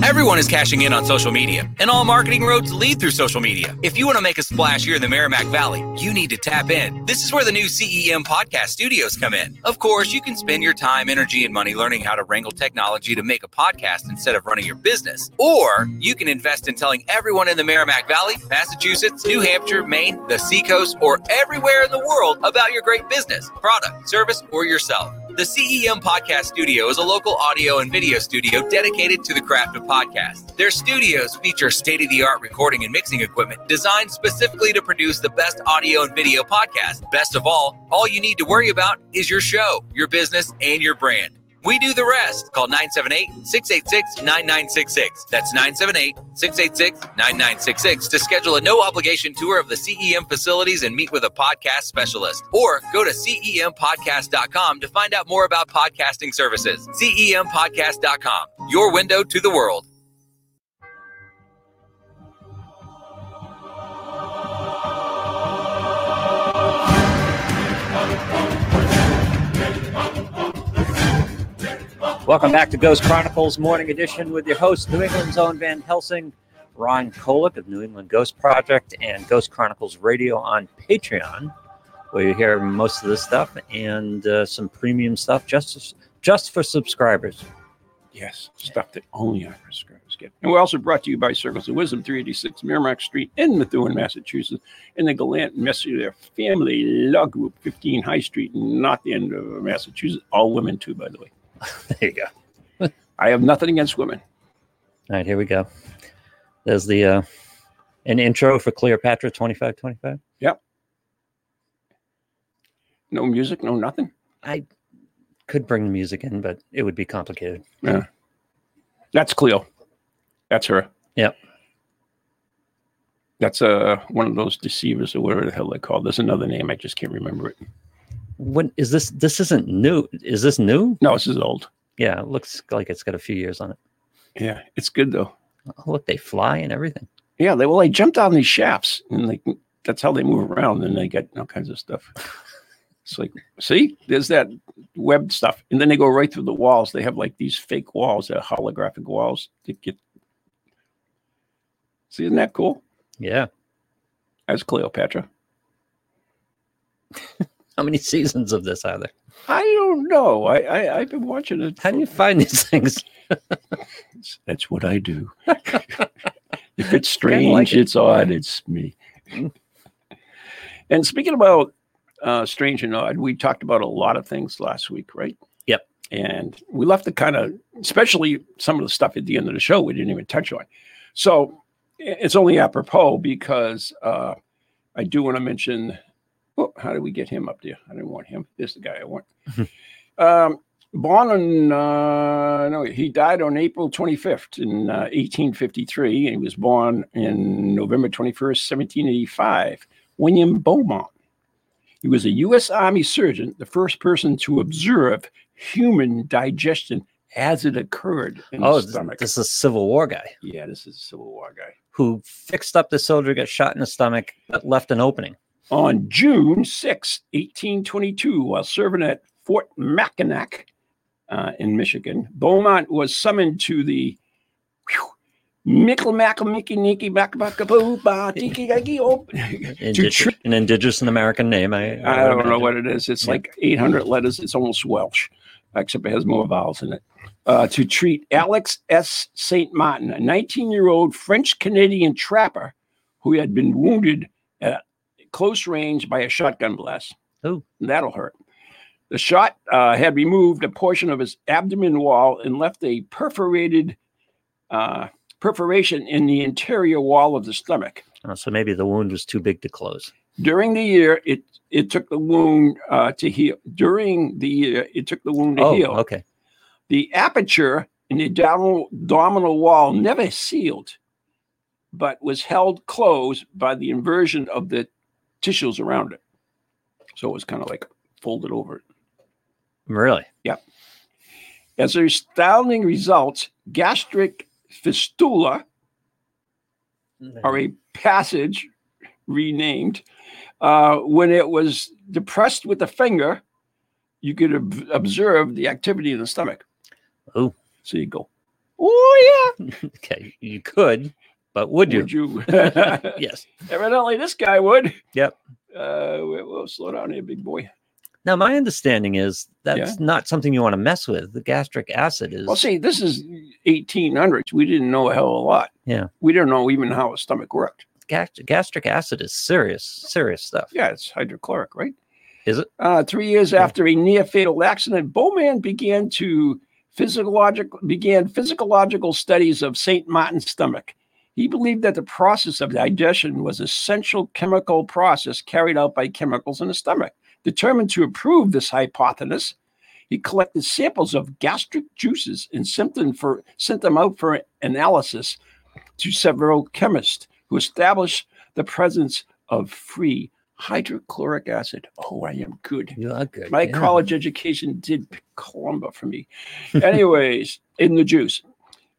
[SPEAKER 4] Everyone is cashing in on social media, and all marketing roads lead through social media. If you want to make a splash here in the Merrimack Valley, you need to tap in. This is where the new CEM podcast studios come in. Of course, you can spend your time, energy, and money learning how to wrangle technology to make a podcast instead of running your business. Or you can invest in telling everyone in the Merrimack Valley, Massachusetts, New Hampshire, Maine, the Seacoast, or everywhere in the world about your great business, product, service, or yourself. The CEM Podcast Studio is a local audio and video studio dedicated to the craft of podcasts. Their studios feature state of the art recording and mixing equipment designed specifically to produce the best audio and video podcasts. Best of all, all you need to worry about is your show, your business, and your brand. We do the rest. Call 978 686 9966. That's 978 686 9966 to schedule a no obligation tour of the CEM facilities and meet with a podcast specialist. Or go to E CEMPodcast.com to find out more about podcasting services. E CEMPodcast.com, your window to the world.
[SPEAKER 2] Welcome back to Ghost Chronicles Morning Edition with your host, New England's own Van Helsing, Ron Kolick of New England Ghost Project and Ghost Chronicles Radio on Patreon, where you hear most of this stuff and uh, some premium stuff just just for subscribers.
[SPEAKER 1] Yes, stuff that only our prescribers get. And we're also brought to you by Circles of Wisdom, 386 Merrimack Street in Methuen, Massachusetts, and the Gallant Messier Family Law Group, 15 High Street, not the end of Massachusetts. All women, too, by the way.
[SPEAKER 2] There you go.
[SPEAKER 1] I have nothing against women.
[SPEAKER 2] All right, here we go. There's the uh, an intro for Cleopatra 2525.
[SPEAKER 1] No music, no nothing.
[SPEAKER 2] I could bring the music in, but it would be complicated.
[SPEAKER 1] That's Cleo. That's her.
[SPEAKER 2] Yep.
[SPEAKER 1] That's uh, one of those deceivers or whatever the hell they call. There's another name. I just can't remember it.
[SPEAKER 2] When is this? This isn't new. Is this new?
[SPEAKER 1] No, this is old.
[SPEAKER 2] Yeah, it looks like it's got a few years on it.
[SPEAKER 1] Yeah, it's good though.
[SPEAKER 2] Oh, look, they fly and everything.
[SPEAKER 1] Yeah, they well, they jump down these shafts, and like that's how they move around, and they get all kinds of stuff. It's like, see, there's that web stuff, and then they go right through the walls. They have like these fake walls, they're holographic walls that get. See, isn't that cool?
[SPEAKER 2] Yeah.
[SPEAKER 1] As Cleopatra,
[SPEAKER 2] How many seasons of this are there?
[SPEAKER 1] I don't know. I, I I've been watching it.
[SPEAKER 2] How do you find these things?
[SPEAKER 1] That's what I do. if it's strange,
[SPEAKER 2] like it.
[SPEAKER 1] it's odd, it's me. and speaking about uh, strange and odd, we talked about a lot of things last week, right?
[SPEAKER 2] Yep.
[SPEAKER 1] And we left the kind of, especially some of the stuff at the end of the show we didn't even touch on. So i- it's only apropos because uh, I do want to mention. Oh, how did we get him up there? I didn't want him. This is the guy I want. um, born on uh, no, he died on April 25th in uh, 1853, and he was born in November 21st, 1785. William Beaumont. He was a U.S. Army surgeon, the first person to observe human digestion as it occurred in
[SPEAKER 2] Oh,
[SPEAKER 1] the
[SPEAKER 2] this,
[SPEAKER 1] stomach.
[SPEAKER 2] this is a Civil War guy
[SPEAKER 1] yeah, this is a Civil War guy.
[SPEAKER 2] who fixed up the soldier, who got shot in the stomach, but left an opening.
[SPEAKER 1] on June 6, 1822, while serving at Fort Mackinac uh, in Michigan, Beaumont was summoned to the Mickle Mackle Mickey Nicky Mack Boo Ba Tiki Gaggy Oh to
[SPEAKER 2] Indig-
[SPEAKER 1] tri-
[SPEAKER 2] an indigenous and American name. I,
[SPEAKER 1] I
[SPEAKER 2] would
[SPEAKER 1] don't know
[SPEAKER 2] imagine.
[SPEAKER 1] what it is. It's
[SPEAKER 2] Yeah.
[SPEAKER 1] like 800 letters. It's almost Welsh, except it has more vowels in it. Uh, to treat Alex S. St. Martin, a 19 year old French Canadian trapper who had been wounded at close range by a shotgun blast.
[SPEAKER 2] Ooh.
[SPEAKER 1] That'll hurt. The shot uh, had removed a portion of his abdomen wall and left a perforated uh, perforation in the interior wall of the stomach.
[SPEAKER 2] Oh, so maybe the wound was too big to close.
[SPEAKER 1] During the year, it it took the wound uh, to heal. During the year, it took the wound to
[SPEAKER 2] oh,
[SPEAKER 1] heal.
[SPEAKER 2] okay.
[SPEAKER 1] The aperture and the abdominal, abdominal wall never sealed, but was held closed by the inversion of the tissues around it. So it was kind of like folded over.
[SPEAKER 2] Really?
[SPEAKER 1] As a astounding results, gastric fistula or a passage renamed uh, when it was depressed with the finger, you could ob- observe the activity in the stomach.
[SPEAKER 2] Oh.
[SPEAKER 1] so you go, oh yeah,
[SPEAKER 2] Okay. You could, but would you?
[SPEAKER 1] would you?
[SPEAKER 2] yes.
[SPEAKER 1] Evidently, this guy would.
[SPEAKER 2] Yep.
[SPEAKER 1] Uh, we- we'll slow down here, big boy.
[SPEAKER 2] Now, my understanding is that's not something you want to mess with. The gastric acid is.
[SPEAKER 1] Well, see, this is 1800s. We didn't know a hell of a lot.
[SPEAKER 2] Yeah.
[SPEAKER 1] we didn't know even how a stomach worked.
[SPEAKER 2] gast- gastric acid is serious, serious stuff.
[SPEAKER 1] Yeah, it's hydrochloric, right?
[SPEAKER 2] Is it?
[SPEAKER 1] Uh, three years
[SPEAKER 2] Yeah.
[SPEAKER 1] after a near fatal accident, Bowman began to physiological began physiological studies of Saint Martin's stomach. He believed that the process of digestion was essential chemical process carried out by chemicals in the stomach. Determined to improve this hypothesis, he collected samples of gastric juices and sent them for sent them out for analysis to several chemists who established the presence of free hydrochloric acid. Oh, I am good.
[SPEAKER 2] You are good.
[SPEAKER 1] My
[SPEAKER 2] yeah.
[SPEAKER 1] college education did Columba for me. Anyways, in the juice.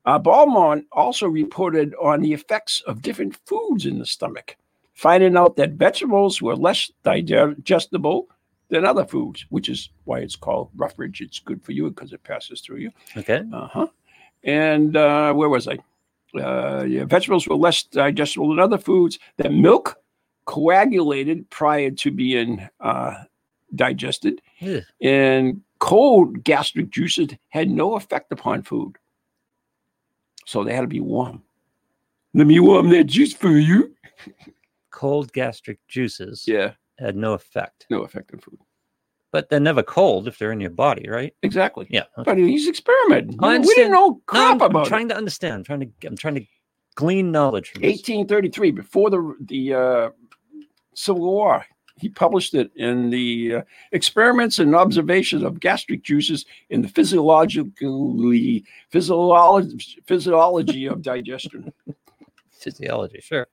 [SPEAKER 1] Uh, Balmont also reported on the effects of different foods in the stomach, finding out that vegetables were less digestible than other foods, which is why it's called roughage. It's good for you because it passes through you.
[SPEAKER 2] Okay.
[SPEAKER 1] Uh huh. And uh, where was I? Uh, yeah, vegetables were less digestible than other foods. That milk coagulated prior to being uh, digested,
[SPEAKER 2] Ugh.
[SPEAKER 1] and cold gastric juices had no effect upon food. So they had to be warm. Let me warm that juice for you.
[SPEAKER 2] Cold gastric juices
[SPEAKER 1] Yeah,
[SPEAKER 2] had no effect,
[SPEAKER 1] no effect on food.
[SPEAKER 2] but they're never cold if they're in your body, right?
[SPEAKER 1] Exactly.
[SPEAKER 2] Yeah. okay.
[SPEAKER 1] But he's experimenting.
[SPEAKER 2] I
[SPEAKER 1] we didn't
[SPEAKER 2] understand.
[SPEAKER 1] know
[SPEAKER 2] No,
[SPEAKER 1] crap
[SPEAKER 2] I'm, I'm
[SPEAKER 1] about it.
[SPEAKER 2] trying to understand. I'm trying to. I'm trying to glean knowledge from this.
[SPEAKER 1] 1833, before the the uh, Civil War, he published it in the uh, Experiments and Observations of Gastric Juices in the Physiologically Physiology, physiology of Digestion.
[SPEAKER 2] physiology. Sure.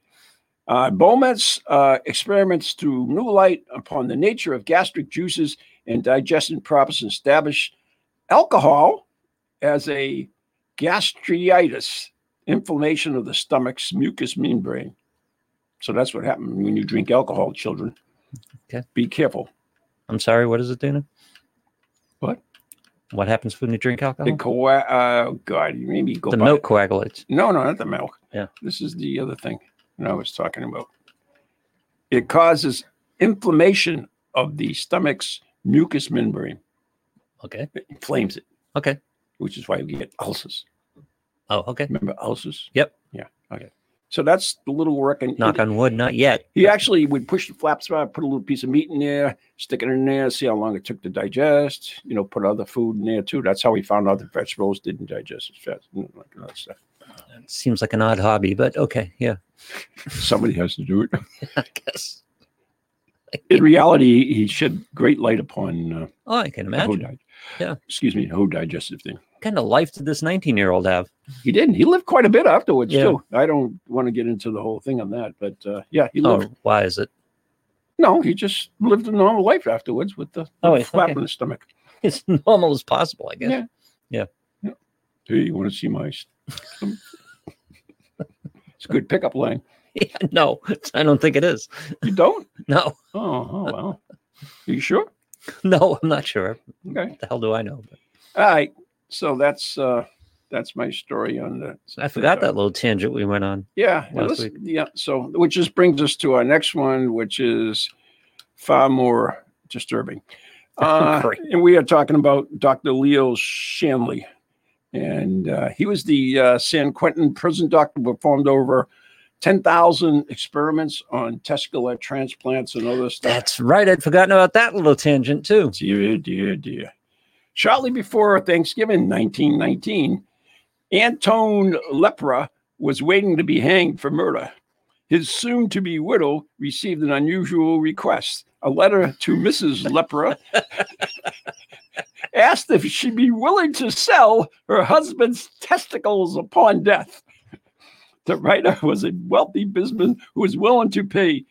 [SPEAKER 1] Uh, Beaumont's uh, experiments threw new light upon the nature of gastric juices and digestion properties, and established alcohol as a gastritis, inflammation of the stomach's mucous membrane. So that's what happens when you drink alcohol, children.
[SPEAKER 2] Okay.
[SPEAKER 1] Be careful.
[SPEAKER 2] I'm sorry. What is it, Dana?
[SPEAKER 1] What?
[SPEAKER 2] What happens when you drink alcohol?
[SPEAKER 1] The co- uh, God, you made me go.
[SPEAKER 2] Uh-huh. the
[SPEAKER 1] by-
[SPEAKER 2] milk coagulates.
[SPEAKER 1] No, no, not the milk.
[SPEAKER 2] Yeah.
[SPEAKER 1] This is the other thing that I was talking about. It causes inflammation of the stomach's mucous membrane.
[SPEAKER 2] Okay.
[SPEAKER 1] It inflames it,
[SPEAKER 2] Okay.
[SPEAKER 1] which is why we get ulcers.
[SPEAKER 2] Oh, okay.
[SPEAKER 1] Remember ulcers?
[SPEAKER 2] Yep.
[SPEAKER 1] Yeah. Okay. So that's the little work. And
[SPEAKER 2] Knock on wood. Not yet.
[SPEAKER 1] he actually would push the flaps out, put a little piece of meat in there, stick it in there, see how long it took to digest, you know, put other food in there too. That's how he found out that vegetables didn't digest as fast, Mm, like uh, all that stuff.
[SPEAKER 2] It seems like an odd hobby, but okay. Yeah.
[SPEAKER 1] Somebody has to do it.
[SPEAKER 2] I guess.
[SPEAKER 1] in reality, he shed great light upon uh,
[SPEAKER 2] Oh, I can
[SPEAKER 1] the whole
[SPEAKER 2] imagine.
[SPEAKER 1] dig-
[SPEAKER 2] Yeah.
[SPEAKER 1] excuse me, the whole digestive thing.
[SPEAKER 2] What kind of life did this 19 year old have?
[SPEAKER 1] He didn't. He lived quite a bit afterwards
[SPEAKER 2] Yeah.
[SPEAKER 1] too. I don't want to get into the whole thing on that, but uh, yeah, he lived.
[SPEAKER 2] Oh, why is it?
[SPEAKER 1] No, he just lived a normal life afterwards with the
[SPEAKER 2] Oh,
[SPEAKER 1] with
[SPEAKER 2] it's
[SPEAKER 1] flap
[SPEAKER 2] okay.
[SPEAKER 1] in the stomach.
[SPEAKER 2] As normal as possible, I guess.
[SPEAKER 1] Yeah. Hey, you want to see my? s- stomach? it's a good pickup line.
[SPEAKER 2] Yeah, no, I don't think it is.
[SPEAKER 1] You don't?
[SPEAKER 2] No,
[SPEAKER 1] Oh, oh well. Are you sure?
[SPEAKER 2] no, I'm not sure.
[SPEAKER 1] Okay.
[SPEAKER 2] What the hell do I know? But
[SPEAKER 1] All right. So that's uh that's my story on the.
[SPEAKER 2] I forgot that little tangent we went on.
[SPEAKER 1] Yeah, yeah,
[SPEAKER 2] last
[SPEAKER 1] let's-
[SPEAKER 2] week.
[SPEAKER 1] yeah. So, which just brings us to our next one, which is far more disturbing. Uh,
[SPEAKER 2] Great.
[SPEAKER 1] and we are talking about Dr. Leo Shanley, and uh, he was the uh, San Quentin prison doctor who performed over ten thousand experiments on testicular transplants and other stuff.
[SPEAKER 2] That's right. I'd forgotten about that little tangent too.
[SPEAKER 1] Dear, dear, dear. Shortly before Thanksgiving 1919, Anton Lepra was waiting to be hanged for murder. His soon to be widow received an unusual request a letter to Mrs. Lepra asked if she'd be willing to sell her husband's testicles upon death. The writer was a wealthy businessman who was willing to pay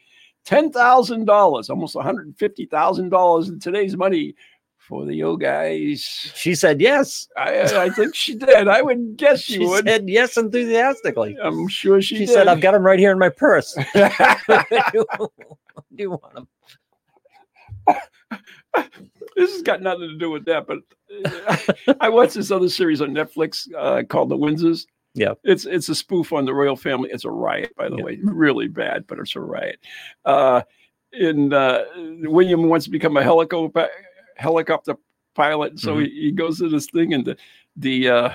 [SPEAKER 1] $10,000, almost $150,000 in today's money for the old guys.
[SPEAKER 2] She said yes.
[SPEAKER 1] I, I think she did. I would guess she,
[SPEAKER 2] She
[SPEAKER 1] would.
[SPEAKER 2] said yes enthusiastically.
[SPEAKER 1] I'm sure she,
[SPEAKER 2] She said, "I've got them right here in my purse.
[SPEAKER 1] got.
[SPEAKER 2] do you want them?"
[SPEAKER 1] this has got nothing to do with that, but uh, I watched this other series on Netflix uh, called The Windsors.
[SPEAKER 2] Yeah.
[SPEAKER 1] it's it's a spoof on the royal family. It's a riot, by the
[SPEAKER 2] Yeah.
[SPEAKER 1] way, really bad, but it's a riot. Uh, and uh, William wants to become a helicopter helicopter pilot, so
[SPEAKER 2] Mm-hmm.
[SPEAKER 1] he, he goes to this thing, and the the uh,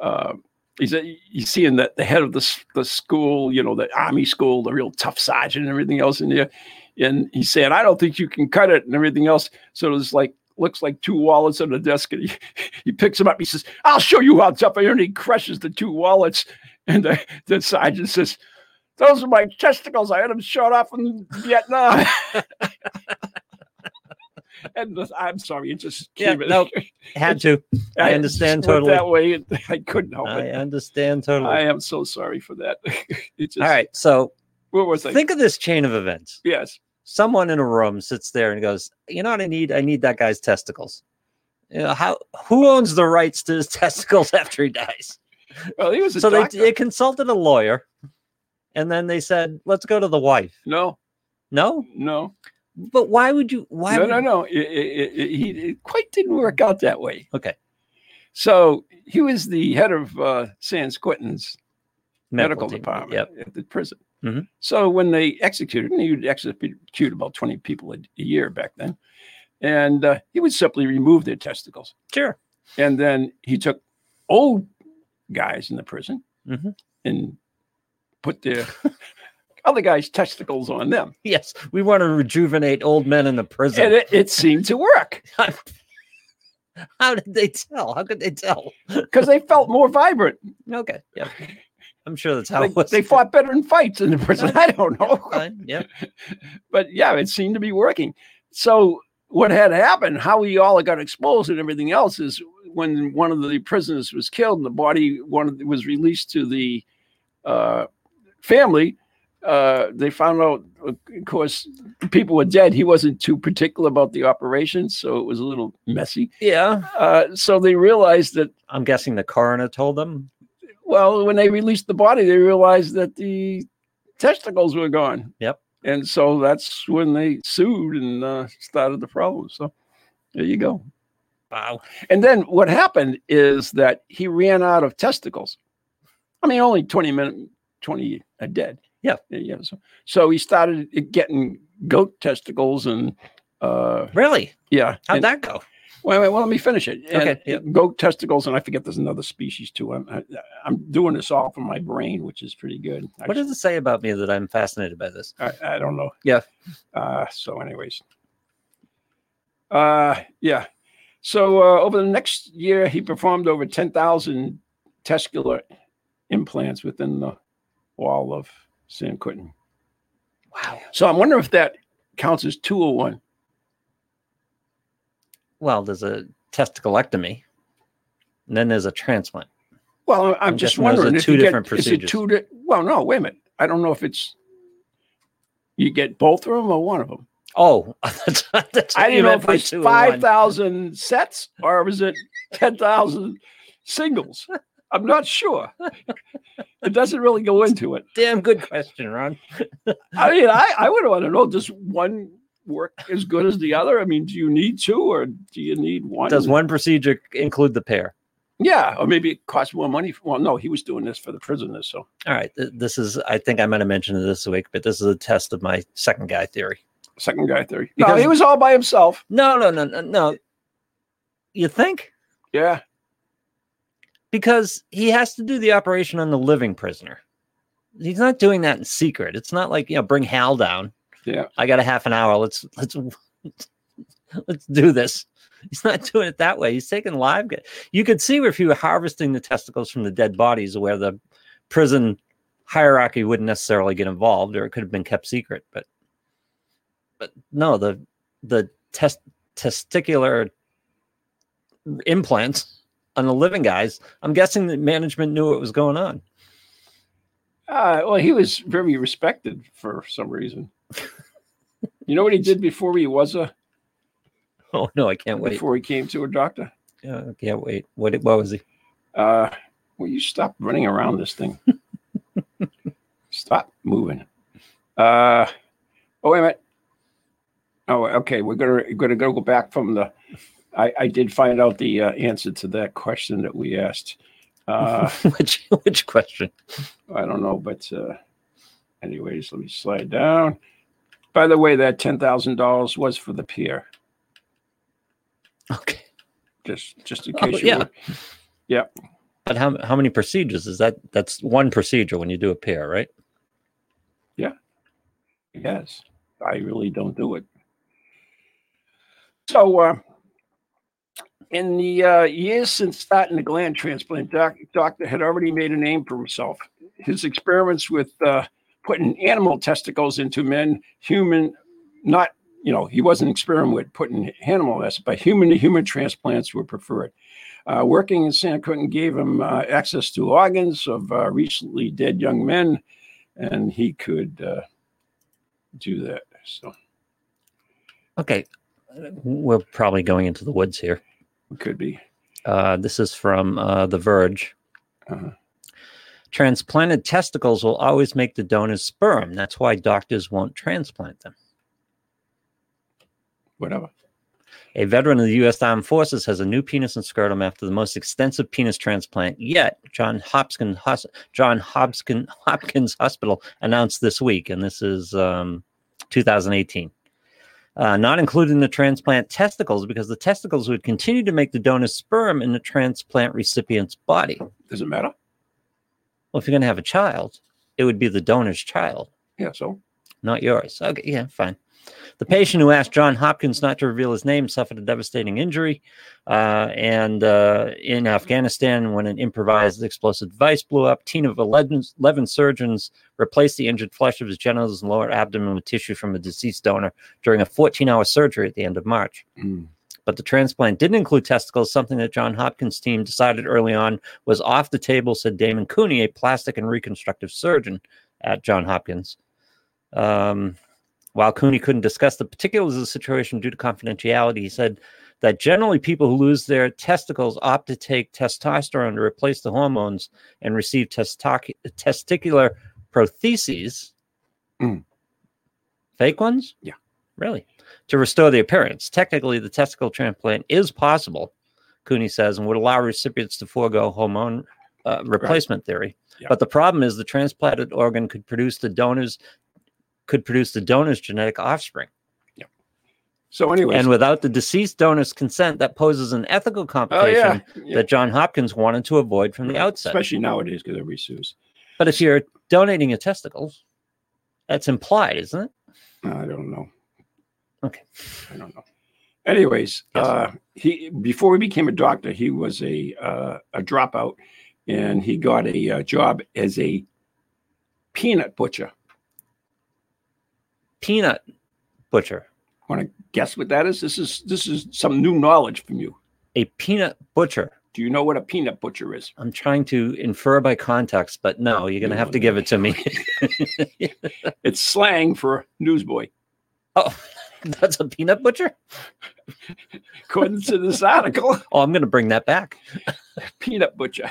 [SPEAKER 1] uh, he's he's seeing that the head of the s- the school, you know, the army school, the real tough sergeant, and everything else in there. And he said, "I don't think you can cut it," and everything else. So there's like looks like two wallets on the desk, and he, he picks them up. He says, "I'll show you how tough I am." And he crushes the two wallets, and the, the sergeant says, "Those are my testicles. I had them shot off in Vietnam." and the- I'm sorry, it just
[SPEAKER 2] Yeah,
[SPEAKER 1] came in.
[SPEAKER 2] no, Had to. I
[SPEAKER 1] just
[SPEAKER 2] understand
[SPEAKER 1] went
[SPEAKER 2] totally.
[SPEAKER 1] that way. and I couldn't help
[SPEAKER 2] I
[SPEAKER 1] it.
[SPEAKER 2] understand totally.
[SPEAKER 1] I am so sorry for that. it just,
[SPEAKER 2] All right, so
[SPEAKER 1] What was I?
[SPEAKER 2] think of this chain of events.
[SPEAKER 1] yes.
[SPEAKER 2] Someone in a room sits there and goes, "You know what I need? I need that guy's testicles." You know how? Who owns the rights to his testicles after he dies?
[SPEAKER 1] Well, he was a
[SPEAKER 2] So they,
[SPEAKER 1] doctor.
[SPEAKER 2] they consulted a lawyer, and then they said, "Let's go to the wife."
[SPEAKER 1] no,
[SPEAKER 2] No,
[SPEAKER 1] no,
[SPEAKER 2] but why would you? Why?
[SPEAKER 1] no,
[SPEAKER 2] would,
[SPEAKER 1] no, no. It, it, it, he it quite didn't work out that way.
[SPEAKER 2] Okay,
[SPEAKER 1] So he was the head of uh, San Quentin's medical,
[SPEAKER 2] team.
[SPEAKER 1] department
[SPEAKER 2] Yep.
[SPEAKER 1] at the prison.
[SPEAKER 2] Mhm.
[SPEAKER 1] So when they executed, and he would execute about 20 people a, a year back then, and uh, he would simply remove their testicles.
[SPEAKER 2] Sure.
[SPEAKER 1] And then he took old guys in the prison
[SPEAKER 2] Mhm.
[SPEAKER 1] and put their other guys' testicles on them.
[SPEAKER 2] Yes, we want to rejuvenate old men in the prison.
[SPEAKER 1] And it, it seemed to work
[SPEAKER 2] How did they tell? How could they tell?
[SPEAKER 1] because they felt more vibrant.
[SPEAKER 2] Okay. Yep. I'm sure that's how
[SPEAKER 1] They,
[SPEAKER 2] it was.
[SPEAKER 1] they fought better in fights in the prison. I don't know.
[SPEAKER 2] Fine, Yep.
[SPEAKER 1] but yeah, it seemed to be working. So what had happened, how we all got exposed and everything else is when one of the prisoners was killed and the body one of- was released to the uh, family, uh, they found out, of course, people were dead. He wasn't too particular about the operation, so it was a little messy.
[SPEAKER 2] Yeah.
[SPEAKER 1] Uh, so they realized that,
[SPEAKER 2] I'm guessing the coroner told them.
[SPEAKER 1] well, when they released the body, they realized that the testicles were gone.
[SPEAKER 2] Yep.
[SPEAKER 1] And so that's when they sued and uh, started the problem. So there you go.
[SPEAKER 2] Wow.
[SPEAKER 1] And then what happened is that he ran out of testicles. I mean, only 20 minute, 20 a dead.
[SPEAKER 2] Yeah.
[SPEAKER 1] Yeah. So, so he started getting goat testicles and, uh,
[SPEAKER 2] Really?
[SPEAKER 1] yeah.
[SPEAKER 2] How'd
[SPEAKER 1] and-
[SPEAKER 2] that go?
[SPEAKER 1] Wait, wait, well, let me finish it. And
[SPEAKER 2] Okay, yep.
[SPEAKER 1] Goat testicles, and I forget there's another species too. I'm, I, I'm doing this all from my brain, which is pretty good.
[SPEAKER 2] What does it say about me that I'm fascinated by this?
[SPEAKER 1] I, I don't know.
[SPEAKER 2] Yeah.
[SPEAKER 1] Uh, so, anyways, uh, yeah. So uh, over the next year, he performed over ten thousand testicular implants within the wall of San Quentin.
[SPEAKER 2] Wow.
[SPEAKER 1] So I'm wondering if that counts as two hundred one.
[SPEAKER 2] Well, there's a testiculectomy, and then there's a transplant.
[SPEAKER 1] Well, I'm, I'm
[SPEAKER 2] I'm
[SPEAKER 1] just
[SPEAKER 2] guessing those are
[SPEAKER 1] wondering if
[SPEAKER 2] two
[SPEAKER 1] you
[SPEAKER 2] different
[SPEAKER 1] get, is it
[SPEAKER 2] procedures.
[SPEAKER 1] two di- well, no, wait a minute. I don't know if it's you get both of them or one of them.
[SPEAKER 2] Oh, that's, that's what
[SPEAKER 1] I
[SPEAKER 2] you
[SPEAKER 1] didn't know
[SPEAKER 2] meant
[SPEAKER 1] if
[SPEAKER 2] by
[SPEAKER 1] it's
[SPEAKER 2] two and
[SPEAKER 1] five
[SPEAKER 2] one.
[SPEAKER 1] thousand sets or was it ten thousand singles. I'm not sure. It doesn't really go into it.
[SPEAKER 2] Damn good question, Ron.
[SPEAKER 1] I mean, I, I would want to know does one work as good as the other? I mean, do you need two or do you need one?
[SPEAKER 2] Does one procedure include the pair?
[SPEAKER 1] Yeah, or maybe it costs more money. well, no, he was doing this for the prisoners, so
[SPEAKER 2] All right. th- This is, I think I might have mentioned it this week, but this is a test of my second guy theory.
[SPEAKER 1] second guy theory. no,
[SPEAKER 2] Because-
[SPEAKER 1] he was all by himself.
[SPEAKER 2] No, no, no, no, no. You think?
[SPEAKER 1] Yeah.
[SPEAKER 2] Because he has to do the operation on the living prisoner. He's not doing that in secret. It's not like, you know, bring Hal down.
[SPEAKER 1] Yeah.
[SPEAKER 2] I got a half an hour. Let's let's let's do this. He's not doing it that way. He's taking live. Ga- you could see if you were harvesting the testicles from the dead bodies where the prison hierarchy wouldn't necessarily get involved or it could have been kept secret, but but no, the the test testicular implants on the living guys, I'm guessing that management knew what was going on.
[SPEAKER 1] Uh, well, he was very respected for some reason. you know what he did before he was a
[SPEAKER 2] Oh no, I can't wait.
[SPEAKER 1] before he came to a doctor?
[SPEAKER 2] Yeah, I can't wait. What what was he?
[SPEAKER 1] Uh, will you stop running around this thing? stop moving. Uh, oh wait a minute. Oh, okay. We're gonna gonna go back from the. I, I did find out the uh, answer to that question that we asked. Uh,
[SPEAKER 2] which which question?
[SPEAKER 1] I don't know, but uh, anyways, let me slide down. By the way, that ten thousand dollars was for the pier,
[SPEAKER 2] Okay.
[SPEAKER 1] just just in
[SPEAKER 2] Oh,
[SPEAKER 1] case. you
[SPEAKER 2] yeah.
[SPEAKER 1] were-
[SPEAKER 2] But how how many procedures is that? That's one procedure when you do a pair, right?
[SPEAKER 1] Yes, I really don't do it. So, uh, in the uh, years since starting the gland transplant, doc, doctor had already made a name for himself. His experiments with uh, putting animal testicles into men, human, not you know, he wasn't experimenting with putting animal tests, but human to human transplants were preferred. Uh, working in San Quentin gave him uh, access to organs of uh, recently dead young men, and he could uh, do that. So
[SPEAKER 2] Okay. We're probably going into the woods here.
[SPEAKER 1] it could be.
[SPEAKER 2] Uh, this is from uh, The Verge.
[SPEAKER 1] Uh-huh.
[SPEAKER 2] Transplanted testicles will always make the donor's sperm. That's why doctors won't transplant them.
[SPEAKER 1] Whatever.
[SPEAKER 2] A veteran of the U.S. Armed Forces has a new penis and scrotum after the most extensive penis transplant yet. John Hopkins, Hos- John Hopkins, Hopkins Hospital announced this week, and this is um, 2018. Uh, not including the transplant testicles, because the testicles would continue to make the donor's sperm in the transplant recipient's body.
[SPEAKER 1] Doesn't matter.
[SPEAKER 2] Well, if you're going to have a child, it would be the donor's child,
[SPEAKER 1] Yeah. So
[SPEAKER 2] not yours. Okay, yeah, fine. The patient who asked John Hopkins not to reveal his name suffered a devastating injury, uh, and uh, in Afghanistan, when an improvised explosive device blew up, team of 11, 11 surgeons replaced the injured flesh of his genitals and lower abdomen with tissue from a deceased donor during a 14-hour surgery at the end of March. But the transplant didn't include testicles, something that John Hopkins' team decided early on was off the table, said Damon Cooney, a plastic and reconstructive surgeon at John Hopkins. Um, while Cooney couldn't discuss the particulars of the situation due to confidentiality, he said that generally people who lose their testicles opt to take testosterone to replace the hormones and receive testoc- testicular protheses.
[SPEAKER 1] Mm.
[SPEAKER 2] Fake ones?
[SPEAKER 1] Yeah.
[SPEAKER 2] Really? To restore the appearance. Technically, the testicle transplant is possible, Cooney says, and would allow recipients to forego hormone uh, replacement theory.
[SPEAKER 1] Yeah.
[SPEAKER 2] But the problem is the transplanted organ could produce the donor's could produce the donor's genetic offspring.
[SPEAKER 1] so anyways.
[SPEAKER 2] And without the deceased donor's consent, that poses an ethical
[SPEAKER 1] oh
[SPEAKER 2] complication
[SPEAKER 1] yeah. yeah.
[SPEAKER 2] that John Hopkins wanted to avoid from the outset.
[SPEAKER 1] Especially nowadays because everybody sues.
[SPEAKER 2] but if you're donating your testicles, that's implied, isn't it?
[SPEAKER 1] I don't know.
[SPEAKER 2] Okay.
[SPEAKER 1] I don't know. Anyways,
[SPEAKER 2] Yes.
[SPEAKER 1] uh, he before he became a doctor, he was a uh, a dropout, and he got a uh, job as a peanut butcher.
[SPEAKER 2] Peanut butcher.
[SPEAKER 1] Want to guess what that is? This is this is some new knowledge from you.
[SPEAKER 2] A peanut butcher.
[SPEAKER 1] Do you know what a peanut butcher is?
[SPEAKER 2] I'm trying to infer by context, but no, you're going to
[SPEAKER 1] You
[SPEAKER 2] have
[SPEAKER 1] know
[SPEAKER 2] to give it to me.
[SPEAKER 1] It's slang for newsboy.
[SPEAKER 2] oh, that's a peanut butcher?
[SPEAKER 1] According to this article,
[SPEAKER 2] Oh, I'm going to bring that back.
[SPEAKER 1] peanut butcher.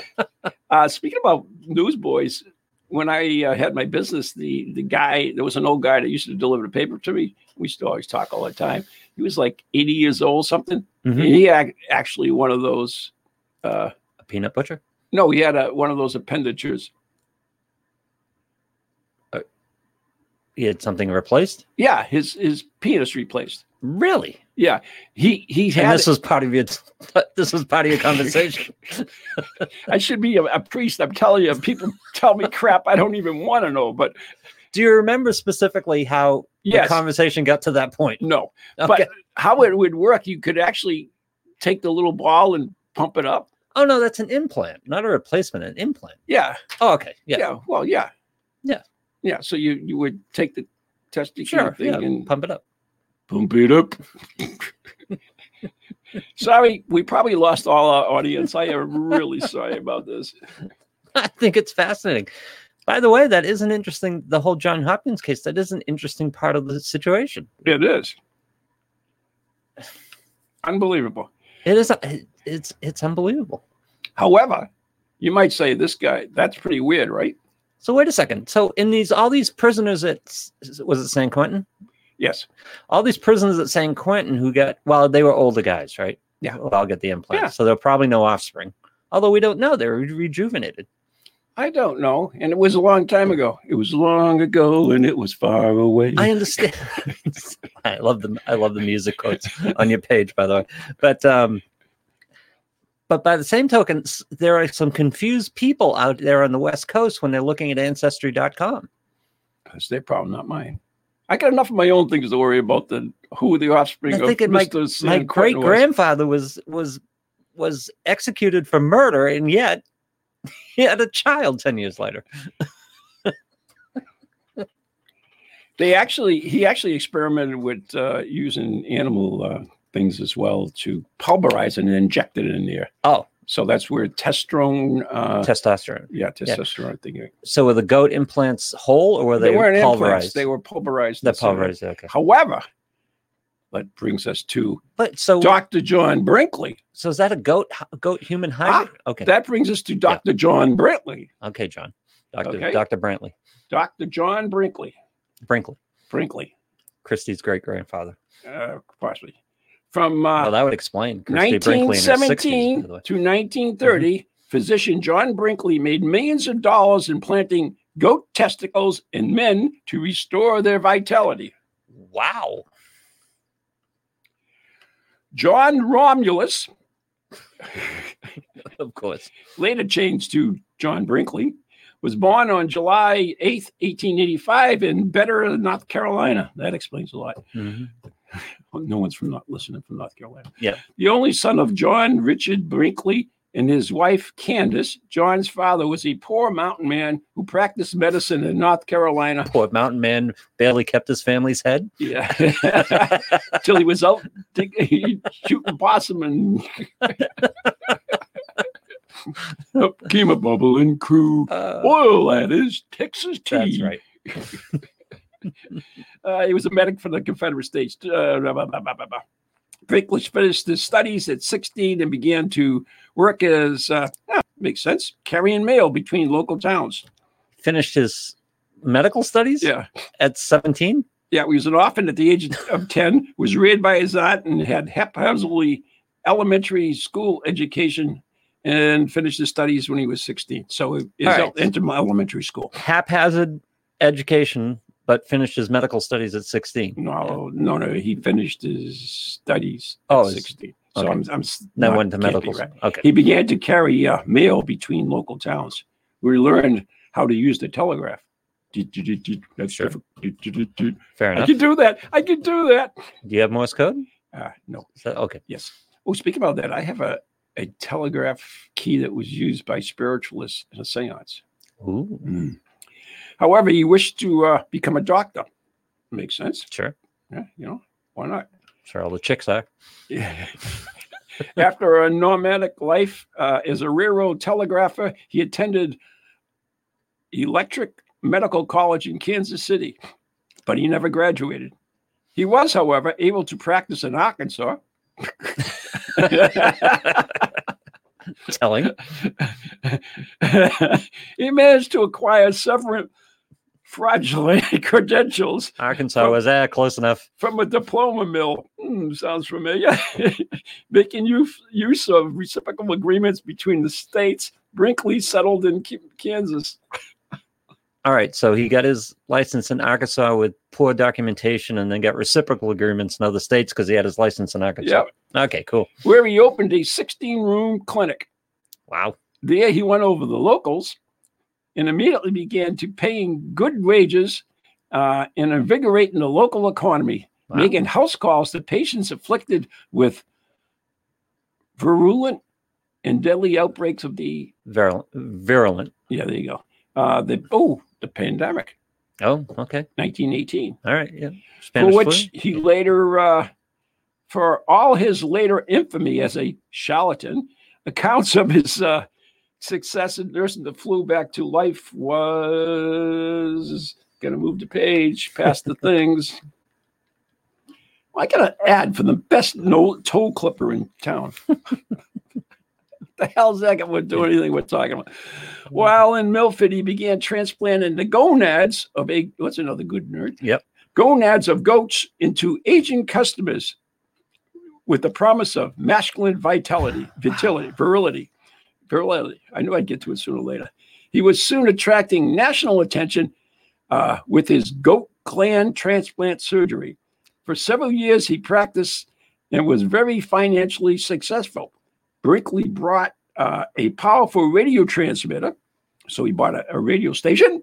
[SPEAKER 1] uh, speaking about newsboys, when I uh, had my business, the the guy there was an old guy that used to deliver the paper to me. We used to always talk all the time. He was like eighty years old, something.
[SPEAKER 2] Mhm.
[SPEAKER 1] He had actually one of those. Uh,
[SPEAKER 2] A peanut butcher?
[SPEAKER 1] no, he had a, one of those appendages.
[SPEAKER 2] He had something replaced?
[SPEAKER 1] Yeah, his his penis replaced.
[SPEAKER 2] Really?
[SPEAKER 1] Yeah, he he had.
[SPEAKER 2] And this was part of your this was part of your conversation.
[SPEAKER 1] I should be a, a priest. I'm telling you, people tell me crap I don't even want to know. But
[SPEAKER 2] Do you remember specifically how
[SPEAKER 1] yes,
[SPEAKER 2] the conversation got to that point?
[SPEAKER 1] no,
[SPEAKER 2] Okay.
[SPEAKER 1] But how it would work, you could actually take the little ball and pump it up.
[SPEAKER 2] oh no, that's an implant, not a replacement, an implant.
[SPEAKER 1] Yeah.
[SPEAKER 2] Oh, okay.
[SPEAKER 1] Yeah.
[SPEAKER 2] Yeah.
[SPEAKER 1] well, yeah.
[SPEAKER 2] Yeah.
[SPEAKER 1] Yeah. So you you would take the testicular
[SPEAKER 2] Sure.
[SPEAKER 1] thing
[SPEAKER 2] Yeah.
[SPEAKER 1] and
[SPEAKER 2] Pump it up.
[SPEAKER 1] pump it up. Sorry, we probably lost all our audience. I am really sorry about this.
[SPEAKER 2] I think it's fascinating. By the way, that is an interesting the whole John Hopkins case. That is an interesting part of the situation.
[SPEAKER 1] It is unbelievable.
[SPEAKER 2] It is it's it's unbelievable.
[SPEAKER 1] However, you might say this guy. That's pretty weird, right?
[SPEAKER 2] So wait a second. So in these all these prisoners at was it San Quentin?
[SPEAKER 1] Yes.
[SPEAKER 2] All these prisoners at San Quentin who got well, they were older guys, right?
[SPEAKER 1] Yeah.
[SPEAKER 2] Who all get the implants.
[SPEAKER 1] Yeah.
[SPEAKER 2] So they're probably no offspring. Although we don't know, they're re- rejuvenated.
[SPEAKER 1] I don't know, and it was a long time ago. It was long ago, and it was far away.
[SPEAKER 2] I understand. I love the I love the music quotes on your page, by the way. But um, but by the same token, s- there are some confused people out there on the West Coast when they're looking at Ancestry.com.
[SPEAKER 1] That's their problem, not mine. I got enough of my own things to worry about than who the offspring
[SPEAKER 2] I
[SPEAKER 1] of
[SPEAKER 2] think it
[SPEAKER 1] Mr.
[SPEAKER 2] might- My
[SPEAKER 1] San
[SPEAKER 2] great
[SPEAKER 1] Quentin was.
[SPEAKER 2] grandfather was was was executed for murder, and yet he had a child ten years later.
[SPEAKER 1] They actually, he actually experimented with uh, using animal uh, things as well to pulverize and inject it in there.
[SPEAKER 2] Oh,
[SPEAKER 1] So that's where testosterone, uh,
[SPEAKER 2] testosterone.
[SPEAKER 1] yeah,
[SPEAKER 2] yeah.
[SPEAKER 1] testosterone. I think it-
[SPEAKER 2] So were the goat implants whole, or were
[SPEAKER 1] they,
[SPEAKER 2] they,
[SPEAKER 1] weren't implants;
[SPEAKER 2] pulverized?
[SPEAKER 1] they were pulverized.
[SPEAKER 2] They're
[SPEAKER 1] and so on.
[SPEAKER 2] pulverized. Okay,
[SPEAKER 1] However, that brings us to
[SPEAKER 2] but so
[SPEAKER 1] Dr. John Brinkley.
[SPEAKER 2] So is that a goat goat human hybrid? okay.
[SPEAKER 1] Ah, That brings us to Dr. John Brinkley.
[SPEAKER 2] okay, John. Dr.
[SPEAKER 1] Okay.
[SPEAKER 2] Dr. Brantley.
[SPEAKER 1] Dr. John Brinkley.
[SPEAKER 2] Brinkley.
[SPEAKER 1] Brinkley,
[SPEAKER 2] Christie's great grandfather.
[SPEAKER 1] uh, possibly. From uh,
[SPEAKER 2] well, that would explain Christie Brinkley in her
[SPEAKER 1] 1917
[SPEAKER 2] sixties, by
[SPEAKER 1] to
[SPEAKER 2] the way.
[SPEAKER 1] 1930, physician John Brinkley made millions of dollars in planting goat testicles in men to restore their vitality.
[SPEAKER 2] Wow.
[SPEAKER 1] John Romulus,
[SPEAKER 2] Of course.
[SPEAKER 1] later changed to John Brinkley, was born on July 8th, 1885 in Better, North Carolina. That explains a lot. no one's from not listening from North Carolina.
[SPEAKER 2] Yeah.
[SPEAKER 1] The only son of John Richard Brinkley and his wife Candace. John's father was a poor mountain man who practiced medicine in North Carolina.
[SPEAKER 2] Poor mountain man barely kept his family's head.
[SPEAKER 1] Yeah. Till he was out dig- shooting possum and up came a bubbling crew.
[SPEAKER 2] Uh,
[SPEAKER 1] Oil, that is Texas tea.
[SPEAKER 2] that's right.
[SPEAKER 1] Uh, he was a medic for the Confederate States. Uh, blah, blah, blah, blah, blah, blah. Brinkley finished his studies at 16 and began to work as, uh, yeah, makes sense, carrying mail between local towns.
[SPEAKER 2] Finished his medical studies
[SPEAKER 1] Yeah.
[SPEAKER 2] at 17.
[SPEAKER 1] Yeah, he was an orphan at the age of 10, was reared by his aunt, and had haphazardly elementary school education and finished his studies when he was 16. So he
[SPEAKER 2] All right.
[SPEAKER 1] entered my elementary school.
[SPEAKER 2] Haphazard education, but finished his medical studies at 16.
[SPEAKER 1] No, no, no, he finished his studies at
[SPEAKER 2] Oh, it's-
[SPEAKER 1] 16. So
[SPEAKER 2] okay.
[SPEAKER 1] I'm, I'm s-
[SPEAKER 2] Then
[SPEAKER 1] not-
[SPEAKER 2] went to
[SPEAKER 1] can't be
[SPEAKER 2] medical.
[SPEAKER 1] right.
[SPEAKER 2] Okay.
[SPEAKER 1] He began to carry uh, mail between local towns. We learned how to use the telegraph. Doot, doot, doot, doot. That's
[SPEAKER 2] Sure.
[SPEAKER 1] difficult. Doot, doot, doot, doot.
[SPEAKER 2] Fair
[SPEAKER 1] I
[SPEAKER 2] enough.
[SPEAKER 1] can do that. I can do that.
[SPEAKER 2] Do you have Morse code?
[SPEAKER 1] Uh, no,
[SPEAKER 2] Is that- okay.
[SPEAKER 1] yes. Oh, speak about that. I have a, a telegraph key that was used by spiritualists in a seance. Hmm.
[SPEAKER 2] Ooh,
[SPEAKER 1] However, he wished to uh, become a doctor. Makes sense.
[SPEAKER 2] sure.
[SPEAKER 1] Yeah, you know, why not?
[SPEAKER 2] Sure, all the chicks are.
[SPEAKER 1] Yeah. After a nomadic life uh, as a railroad telegrapher, he attended Electric Medical College in Kansas City, but he never graduated. He was, however, able to practice in Arkansas.
[SPEAKER 2] Telling.
[SPEAKER 1] he managed to acquire several fraudulent credentials
[SPEAKER 2] Arkansas was ah, close enough.
[SPEAKER 1] from a diploma mill. Hmm, sounds familiar. Making use, use of reciprocal agreements between the states, Brinkley settled in K- Kansas.
[SPEAKER 2] All right, so he got his license in Arkansas with poor documentation and then got reciprocal agreements in other states because he had his license in Arkansas. Okay, cool.
[SPEAKER 1] Where he opened a 16 room clinic.
[SPEAKER 2] Wow.
[SPEAKER 1] There he went over the locals and immediately began to paying good wages uh, and invigorating the local economy,
[SPEAKER 2] Wow.
[SPEAKER 1] making house calls to patients afflicted with virulent and deadly outbreaks of the
[SPEAKER 2] Virulent. Virulent.
[SPEAKER 1] Yeah, there you go. Uh, the oh, the pandemic,
[SPEAKER 2] Oh, okay.
[SPEAKER 1] 1918,
[SPEAKER 2] All right. Yeah. Spanish
[SPEAKER 1] for which he later uh, for all his later infamy as a charlatan. Accounts of his uh, success in nursing the flu back to life was going to move the page past the things. Well, I got an ad for the best no toe clipper in town. the hell's that got to do with anything we're talking about? While in Milford, he began transplanting the gonads of a what's another good nerd?
[SPEAKER 2] Yep.
[SPEAKER 1] Gonads of goats into aging customers with the promise of masculine vitality, vitality, virility, virility. I knew I'd get to it sooner or later. He was soon attracting national attention uh, with his goat gland transplant surgery. For several years, he practiced and was very financially successful. Brinkley brought uh, a powerful radio transmitter, so he bought a, a radio station.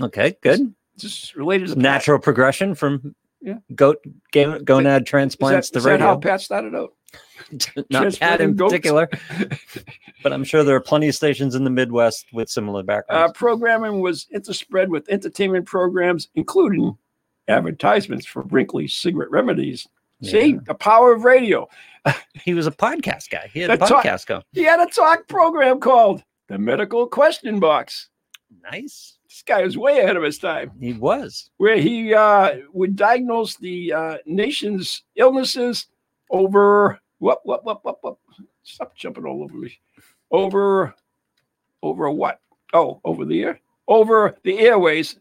[SPEAKER 2] Okay, good.
[SPEAKER 1] Just related to Pat.
[SPEAKER 2] Natural progression from
[SPEAKER 1] Yeah.
[SPEAKER 2] goat ga- gonad
[SPEAKER 1] Is
[SPEAKER 2] transplants
[SPEAKER 1] that,
[SPEAKER 2] to
[SPEAKER 1] is that how
[SPEAKER 2] radio.
[SPEAKER 1] Pat started out?
[SPEAKER 2] Not that
[SPEAKER 1] transplanting
[SPEAKER 2] in
[SPEAKER 1] goats?
[SPEAKER 2] particular, but I'm sure there are plenty of stations in the Midwest with similar
[SPEAKER 1] Uh,
[SPEAKER 2] backgrounds.
[SPEAKER 1] programming was interspread with entertainment programs, including advertisements for Brinkley's cigarette remedies. See,
[SPEAKER 2] Yeah.
[SPEAKER 1] the power of radio.
[SPEAKER 2] he was a podcast guy. He had a
[SPEAKER 1] That's right.
[SPEAKER 2] podcast go.
[SPEAKER 1] He had a talk program called The Medical Question Box.
[SPEAKER 2] Nice.
[SPEAKER 1] This guy was way ahead of his time,
[SPEAKER 2] He was.
[SPEAKER 1] where he uh, would diagnose the uh, nation's illnesses over what, what, what, what, what? Stop jumping all over me. Over, over what? Oh, over the air, over the airways,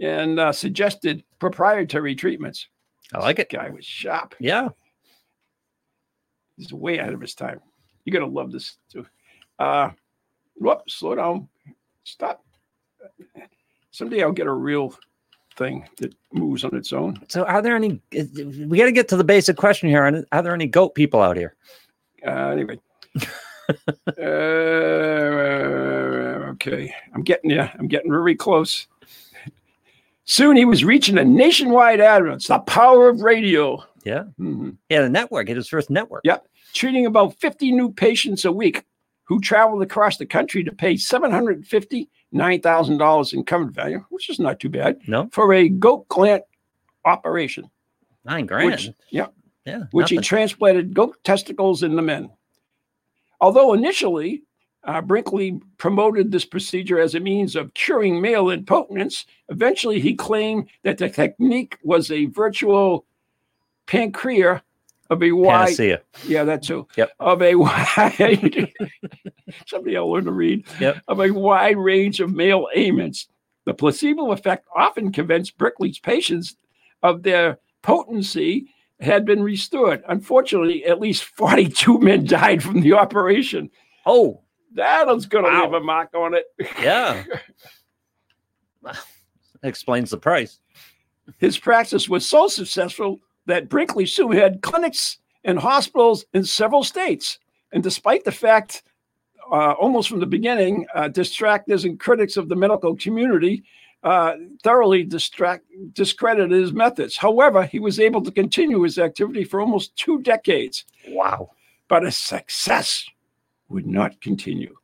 [SPEAKER 1] and uh, suggested proprietary treatments.
[SPEAKER 2] I like it.
[SPEAKER 1] Guy was sharp.
[SPEAKER 2] Yeah.
[SPEAKER 1] He's way ahead of his time. You're gonna love this too. Uh whoop, slow down. Stop. Someday I'll get a real thing that moves on its own.
[SPEAKER 2] So, are there any? is- We got to get to the basic question here. and Are there any goat people out here?
[SPEAKER 1] Uh, anyway. uh, okay. I'm getting yeah, I'm getting very close. Soon he was reaching a nationwide audience, the power of radio.
[SPEAKER 2] Yeah.
[SPEAKER 1] Mhm.
[SPEAKER 2] He had a network. He had his first network.
[SPEAKER 1] Yeah. treating about 50 new patients a week who traveled across the country to pay $759,000 in covered value, which is not too bad,
[SPEAKER 2] No,
[SPEAKER 1] for a goat gland operation,
[SPEAKER 2] nine grand.
[SPEAKER 1] Which- yeah.
[SPEAKER 2] Yeah.
[SPEAKER 1] which he
[SPEAKER 2] nothing.
[SPEAKER 1] transplanted goat testicles in the men. Although initially, uh, Brinkley promoted this procedure as a means of curing male impotence. Eventually, he claimed that the technique was a virtual pancreas of a wide
[SPEAKER 2] Panacea.
[SPEAKER 1] yeah, that too.
[SPEAKER 2] Yep.
[SPEAKER 1] Of a wide, somebody I'll learn to read.
[SPEAKER 2] Yep.
[SPEAKER 1] Of a wide range of male ailments. The placebo effect often convinced Brickley's patients of their potency had been restored. Unfortunately, at least 42 men died from the operation.
[SPEAKER 2] Oh,
[SPEAKER 1] That'll going to
[SPEAKER 2] Wow.
[SPEAKER 1] leave a mark on it.
[SPEAKER 2] yeah. Wow. Explains the price.
[SPEAKER 1] His practice was so successful that Brinkley soon had clinics and hospitals in several states. And despite the fact, uh, almost from the beginning, uh, detractors and critics of the medical community uh, thoroughly distract, discredited his methods. However, he was able to continue his activity for almost two decades
[SPEAKER 2] Wow.
[SPEAKER 1] but his success would not continue.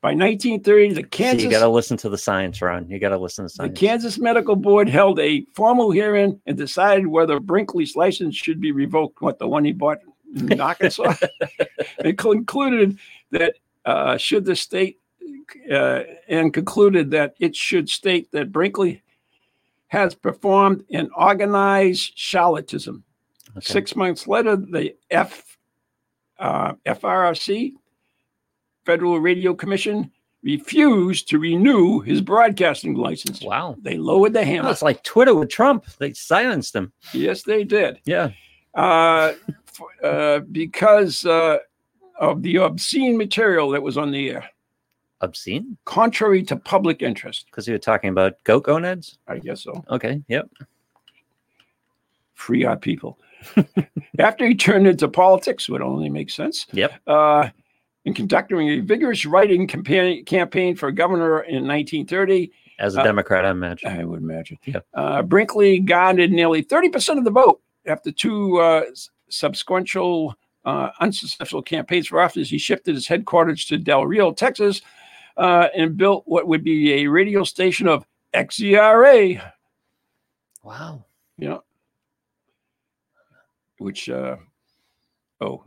[SPEAKER 1] By 1930, the
[SPEAKER 2] See,
[SPEAKER 1] Kansas,
[SPEAKER 2] you got to listen to the science, Ron. You got to listen to
[SPEAKER 1] the
[SPEAKER 2] science.
[SPEAKER 1] Kansas Medical Board held a formal hearing and decided whether Brinkley's license should be revoked. What the one he bought in Arkansas? they concluded that uh, should the state uh, and concluded that it should state that Brinkley has performed an organized charlatanism.
[SPEAKER 2] Okay.
[SPEAKER 1] Six months later, the F, uh, FRRC, Federal Radio Commission, refused to renew his broadcasting license.
[SPEAKER 2] Wow.
[SPEAKER 1] They lowered the
[SPEAKER 2] Well,
[SPEAKER 1] hammer.
[SPEAKER 2] it's like Twitter with Trump. They silenced him.
[SPEAKER 1] Yes, they did.
[SPEAKER 2] Yeah.
[SPEAKER 1] Uh, f- uh, because uh, of the obscene material that was on the air,
[SPEAKER 2] Obscene
[SPEAKER 1] contrary to public interest.
[SPEAKER 2] because you were talking about goat gonads.
[SPEAKER 1] I guess so.
[SPEAKER 2] Okay. Yep.
[SPEAKER 1] Free our people. After he turned into politics, would only make sense.
[SPEAKER 2] Yep.
[SPEAKER 1] uh, in conducting a vigorous writing campaign, campaign for governor in 1930,
[SPEAKER 2] As a
[SPEAKER 1] Uh,
[SPEAKER 2] Democrat, I imagine.
[SPEAKER 1] I would imagine.
[SPEAKER 2] Yeah.
[SPEAKER 1] Uh, Brinkley garnered nearly 30% of the vote after two uh, s- subsequential uh, unsuccessful campaigns for office. He shifted his headquarters to Del Rio, Texas, uh, and built what would be a radio station of E XERA,
[SPEAKER 2] wow.
[SPEAKER 1] you know, which uh, oh,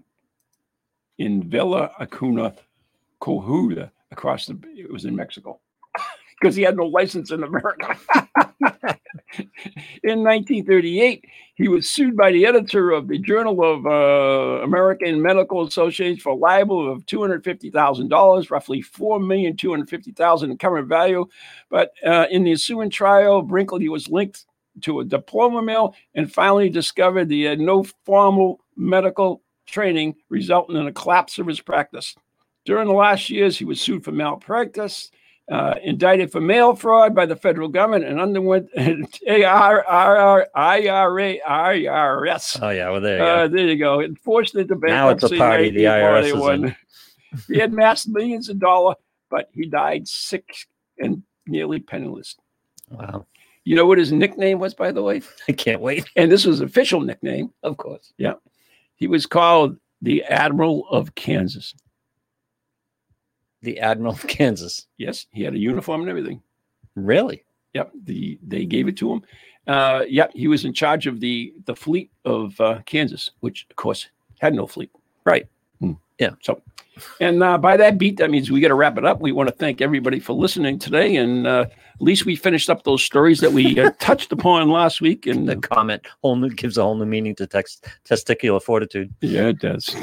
[SPEAKER 1] in Villa Acuna, Coahuila, across the. It was in Mexico because he had no license in America. in 1938, he was sued by the editor of the Journal of uh, American Medical Association for libel of $250,000, roughly $4,250,000 in current value. But uh, in the ensuing trial, Brinkley was linked to a diploma mill and finally discovered he had no formal medical training, resulting in a collapse of his practice. During the last years, he was sued for malpractice uh, indicted for mail fraud by the federal government and underwent ARR, IRA, IRS.
[SPEAKER 2] Oh yeah, well there you
[SPEAKER 1] Uh,
[SPEAKER 2] go.
[SPEAKER 1] there you go. And forced into
[SPEAKER 2] Now it's a
[SPEAKER 1] bankruptcy. in
[SPEAKER 2] party, the IRS is
[SPEAKER 1] 1941.
[SPEAKER 2] in.
[SPEAKER 1] he had amassed millions of dollars, but he died sick and nearly penniless.
[SPEAKER 2] Wow,
[SPEAKER 1] You know what his nickname was, by the way?
[SPEAKER 2] I can't wait.
[SPEAKER 1] And this was his official nickname.
[SPEAKER 2] Of course.
[SPEAKER 1] He was called the Admiral of Kansas.
[SPEAKER 2] The Admiral of Kansas.
[SPEAKER 1] Yes, he had a uniform and everything.
[SPEAKER 2] Really?
[SPEAKER 1] Yep, the they gave it to him. Uh, yep, he was in charge of the the fleet of uh, Kansas, which of course had no fleet.
[SPEAKER 2] Right.
[SPEAKER 1] Hmm.
[SPEAKER 2] Yeah.
[SPEAKER 1] So, and uh, by that beat, that means we got to wrap it up. We want to thank everybody for listening today, and uh, at least we finished up those stories that we uh, touched upon last week. And uh,
[SPEAKER 2] The comment whole new, gives a whole new meaning to text, testicular fortitude.
[SPEAKER 1] yeah, it does.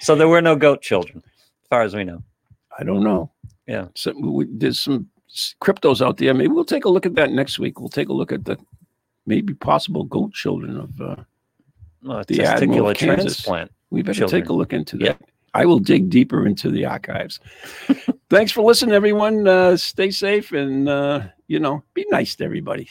[SPEAKER 2] So there were no goat children, as far as we know.
[SPEAKER 1] I don't know.
[SPEAKER 2] Yeah.
[SPEAKER 1] So we, there's some s- cryptos out there. Maybe we'll take a look at that next week. We'll take a look at the maybe possible goat children of. Uh,
[SPEAKER 2] Well,
[SPEAKER 1] The Admiral
[SPEAKER 2] testicular
[SPEAKER 1] of Kansas.
[SPEAKER 2] transplant.
[SPEAKER 1] We better take a
[SPEAKER 2] children.
[SPEAKER 1] look into that.
[SPEAKER 2] Yeah.
[SPEAKER 1] I will dig deeper into the archives. Thanks for listening, everyone. Uh, stay safe and, uh, you know, be nice to everybody.